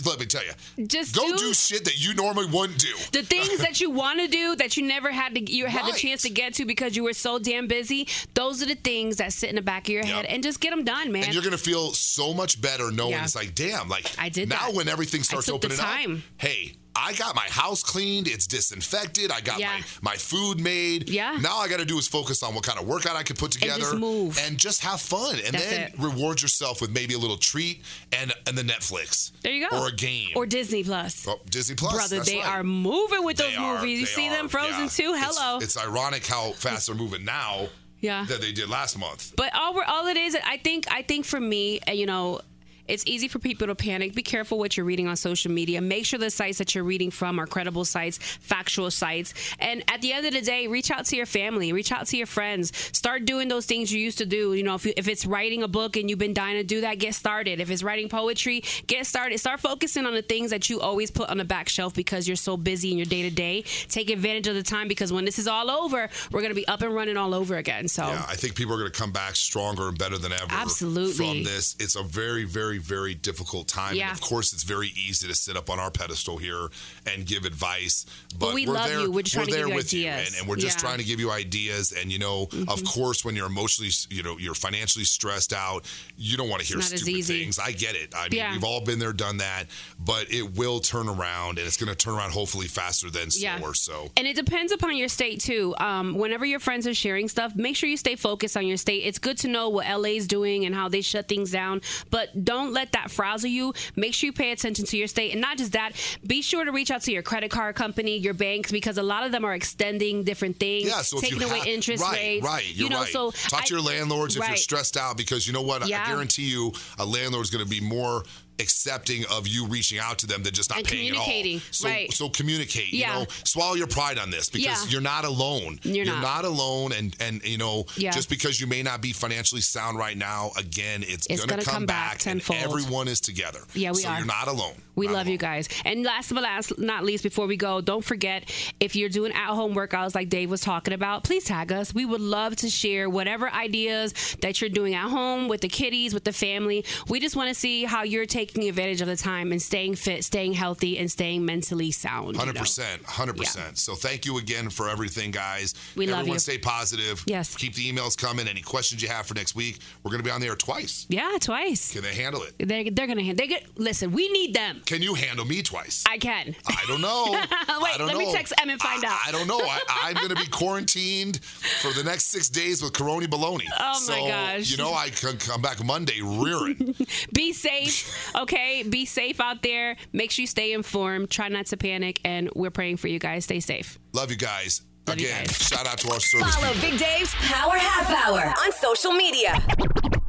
[SPEAKER 6] Let me tell you.
[SPEAKER 5] Just
[SPEAKER 6] go
[SPEAKER 5] do-
[SPEAKER 6] do shit that you normally wouldn't do.
[SPEAKER 5] The things that you want to do that you never had to you had the
[SPEAKER 6] Right.
[SPEAKER 5] chance to get to because you were so damn busy. Those are the things that sit in the back of your head and just get them done, man.
[SPEAKER 6] And you're gonna feel so much better knowing
[SPEAKER 5] Yeah.
[SPEAKER 6] it's like, damn, like
[SPEAKER 5] I did
[SPEAKER 6] now
[SPEAKER 5] that.
[SPEAKER 6] when everything
[SPEAKER 5] I
[SPEAKER 6] starts
[SPEAKER 5] took the
[SPEAKER 6] opening up.
[SPEAKER 5] time.
[SPEAKER 6] Hey, I got my house cleaned, it's disinfected, I got
[SPEAKER 5] Yeah.
[SPEAKER 6] my, my food made.
[SPEAKER 5] Yeah.
[SPEAKER 6] Now all I gotta do is focus on what kind of workout I can put together
[SPEAKER 5] just move.
[SPEAKER 6] and just have fun. And
[SPEAKER 5] That's
[SPEAKER 6] then
[SPEAKER 5] it.
[SPEAKER 6] reward yourself with maybe a little treat and and the Netflix.
[SPEAKER 5] there you go.
[SPEAKER 6] Or a game.
[SPEAKER 5] Or Disney Plus.
[SPEAKER 6] Oh, Disney Plus.
[SPEAKER 5] Brother,
[SPEAKER 6] that's
[SPEAKER 5] they
[SPEAKER 6] right.
[SPEAKER 5] are moving with those
[SPEAKER 6] They are,
[SPEAKER 5] movies. You
[SPEAKER 6] they
[SPEAKER 5] see
[SPEAKER 6] are,
[SPEAKER 5] them Frozen
[SPEAKER 6] yeah.
[SPEAKER 5] too.
[SPEAKER 6] It's-
[SPEAKER 5] Hello.
[SPEAKER 6] It's, ironic how fast they're moving now
[SPEAKER 5] yeah.
[SPEAKER 6] that they did last month.
[SPEAKER 5] But all we're, all it is, I think. I think for me, uh, you know, it's easy for people to panic. Be careful what you're reading on social media. Make sure the sites that you're reading from are credible sites, factual sites. And at the end of the day, reach out to your family, reach out to your friends. Start doing those things you used to do. You know, if you, if it's writing a book and you've been dying to do that, get started. If it's writing poetry, get started. Start focusing on the things that you always put on the back shelf because you're so busy in your day to day. Take advantage of the time because when this is all over, we're gonna be up and running all over again. So.
[SPEAKER 6] Yeah, I think people are going to come back stronger and better than ever.
[SPEAKER 5] Absolutely.
[SPEAKER 6] From this, it's a very, very, very difficult time.
[SPEAKER 5] Yeah.
[SPEAKER 6] And of course, it's very easy to sit up on our pedestal here and give advice. But
[SPEAKER 5] we
[SPEAKER 6] are
[SPEAKER 5] love
[SPEAKER 6] there,
[SPEAKER 5] you. We're just trying to
[SPEAKER 6] there
[SPEAKER 5] give you
[SPEAKER 6] with
[SPEAKER 5] ideas.
[SPEAKER 6] you, and, and we're just
[SPEAKER 5] Yeah. Mm-hmm.
[SPEAKER 6] trying to give you ideas. And you know, of course, when you're emotionally, you know, you're financially stressed out, you don't want to hear
[SPEAKER 5] not as
[SPEAKER 6] stupid
[SPEAKER 5] easy.
[SPEAKER 6] things. I get it. I mean,
[SPEAKER 5] Yeah.
[SPEAKER 6] we've all been there, done that. But it will turn around, and it's going to turn around hopefully faster than slower.
[SPEAKER 5] Yeah.
[SPEAKER 6] So.
[SPEAKER 5] And it depends upon your state too. Um, whenever your friends are sharing stuff, make sure you stay focused on your state. It's good to know what LA's doing and how they shut things down, but don't let that frazzle you. Make sure you pay attention to your state. And not just that, be sure to reach out to your credit card company, your banks, because a lot of them are extending different things,
[SPEAKER 6] Yeah, so
[SPEAKER 5] taking
[SPEAKER 6] if you
[SPEAKER 5] away
[SPEAKER 6] have-
[SPEAKER 5] interest
[SPEAKER 6] right,
[SPEAKER 5] rates.
[SPEAKER 6] Right, you're
[SPEAKER 5] you know,
[SPEAKER 6] right.
[SPEAKER 5] so
[SPEAKER 6] talk to
[SPEAKER 5] I-
[SPEAKER 6] your landlords if you're
[SPEAKER 5] Right.
[SPEAKER 6] stressed out because you know what? I
[SPEAKER 5] Yeah.
[SPEAKER 6] guarantee you, a landlord's going to be more accepting of you reaching out to them than just not
[SPEAKER 5] And
[SPEAKER 6] paying at
[SPEAKER 5] communicating,
[SPEAKER 6] all. So,
[SPEAKER 5] right.
[SPEAKER 6] so communicate.
[SPEAKER 5] Yeah.
[SPEAKER 6] You know, swallow your pride on this because
[SPEAKER 5] Yeah.
[SPEAKER 6] you're not alone.
[SPEAKER 5] You're not.
[SPEAKER 6] alone, and and you know,
[SPEAKER 5] Yeah.
[SPEAKER 6] just because you may not be financially sound right now, again, it's,
[SPEAKER 5] It's
[SPEAKER 6] gonna,
[SPEAKER 5] gonna
[SPEAKER 6] come,
[SPEAKER 5] come back tenfold.
[SPEAKER 6] and everyone is together.
[SPEAKER 5] Yeah, we
[SPEAKER 6] so
[SPEAKER 5] are.
[SPEAKER 6] You're not alone.
[SPEAKER 5] We
[SPEAKER 6] Not
[SPEAKER 5] love
[SPEAKER 6] alone.
[SPEAKER 5] you guys. And last but last not least, before we go, don't forget if you're doing at home workouts like Dave was talking about, please tag us. We would love to share whatever ideas that you're doing at home with the kiddies, with the family. We just want to see how you're taking advantage of the time and staying fit, staying healthy, and staying mentally sound. you know?
[SPEAKER 6] Hundred percent, hundred percent. So thank you again for everything, guys.
[SPEAKER 5] We love
[SPEAKER 6] Everyone
[SPEAKER 5] you.
[SPEAKER 6] stay positive.
[SPEAKER 5] Yes.
[SPEAKER 6] Keep the emails coming. Any questions you have for next week, we're gonna be on the air twice.
[SPEAKER 5] Yeah, twice.
[SPEAKER 6] Can they handle it?
[SPEAKER 5] They're, they're gonna hand. They get listen. We need them.
[SPEAKER 6] Can you handle me twice?
[SPEAKER 5] I can.
[SPEAKER 6] I don't know. I don't
[SPEAKER 5] let me
[SPEAKER 6] know.
[SPEAKER 5] text Em and find
[SPEAKER 6] I-
[SPEAKER 5] out.
[SPEAKER 6] I don't know. I, I'm going to be quarantined for the next six days with Corona baloney.
[SPEAKER 5] Oh, my
[SPEAKER 6] so,
[SPEAKER 5] gosh.
[SPEAKER 6] You know, I can come back Monday rearing.
[SPEAKER 5] Be safe, okay? Be safe out there. Make sure you stay informed. Try not to panic, and we're praying for you guys. Stay safe.
[SPEAKER 6] Love you guys.
[SPEAKER 5] Love you
[SPEAKER 6] again,
[SPEAKER 5] guys.
[SPEAKER 6] shout out to our service.
[SPEAKER 3] Follow Big Dave's Power Half Hour on social media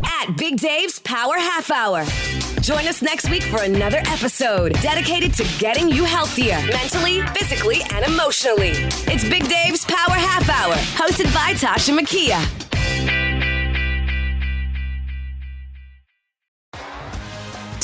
[SPEAKER 3] at Big Dave's Power Half Hour. Join us next week for another episode dedicated to getting you healthier mentally, physically, and emotionally. It's Big Dave's Power Half Hour, hosted by Tasha Makia.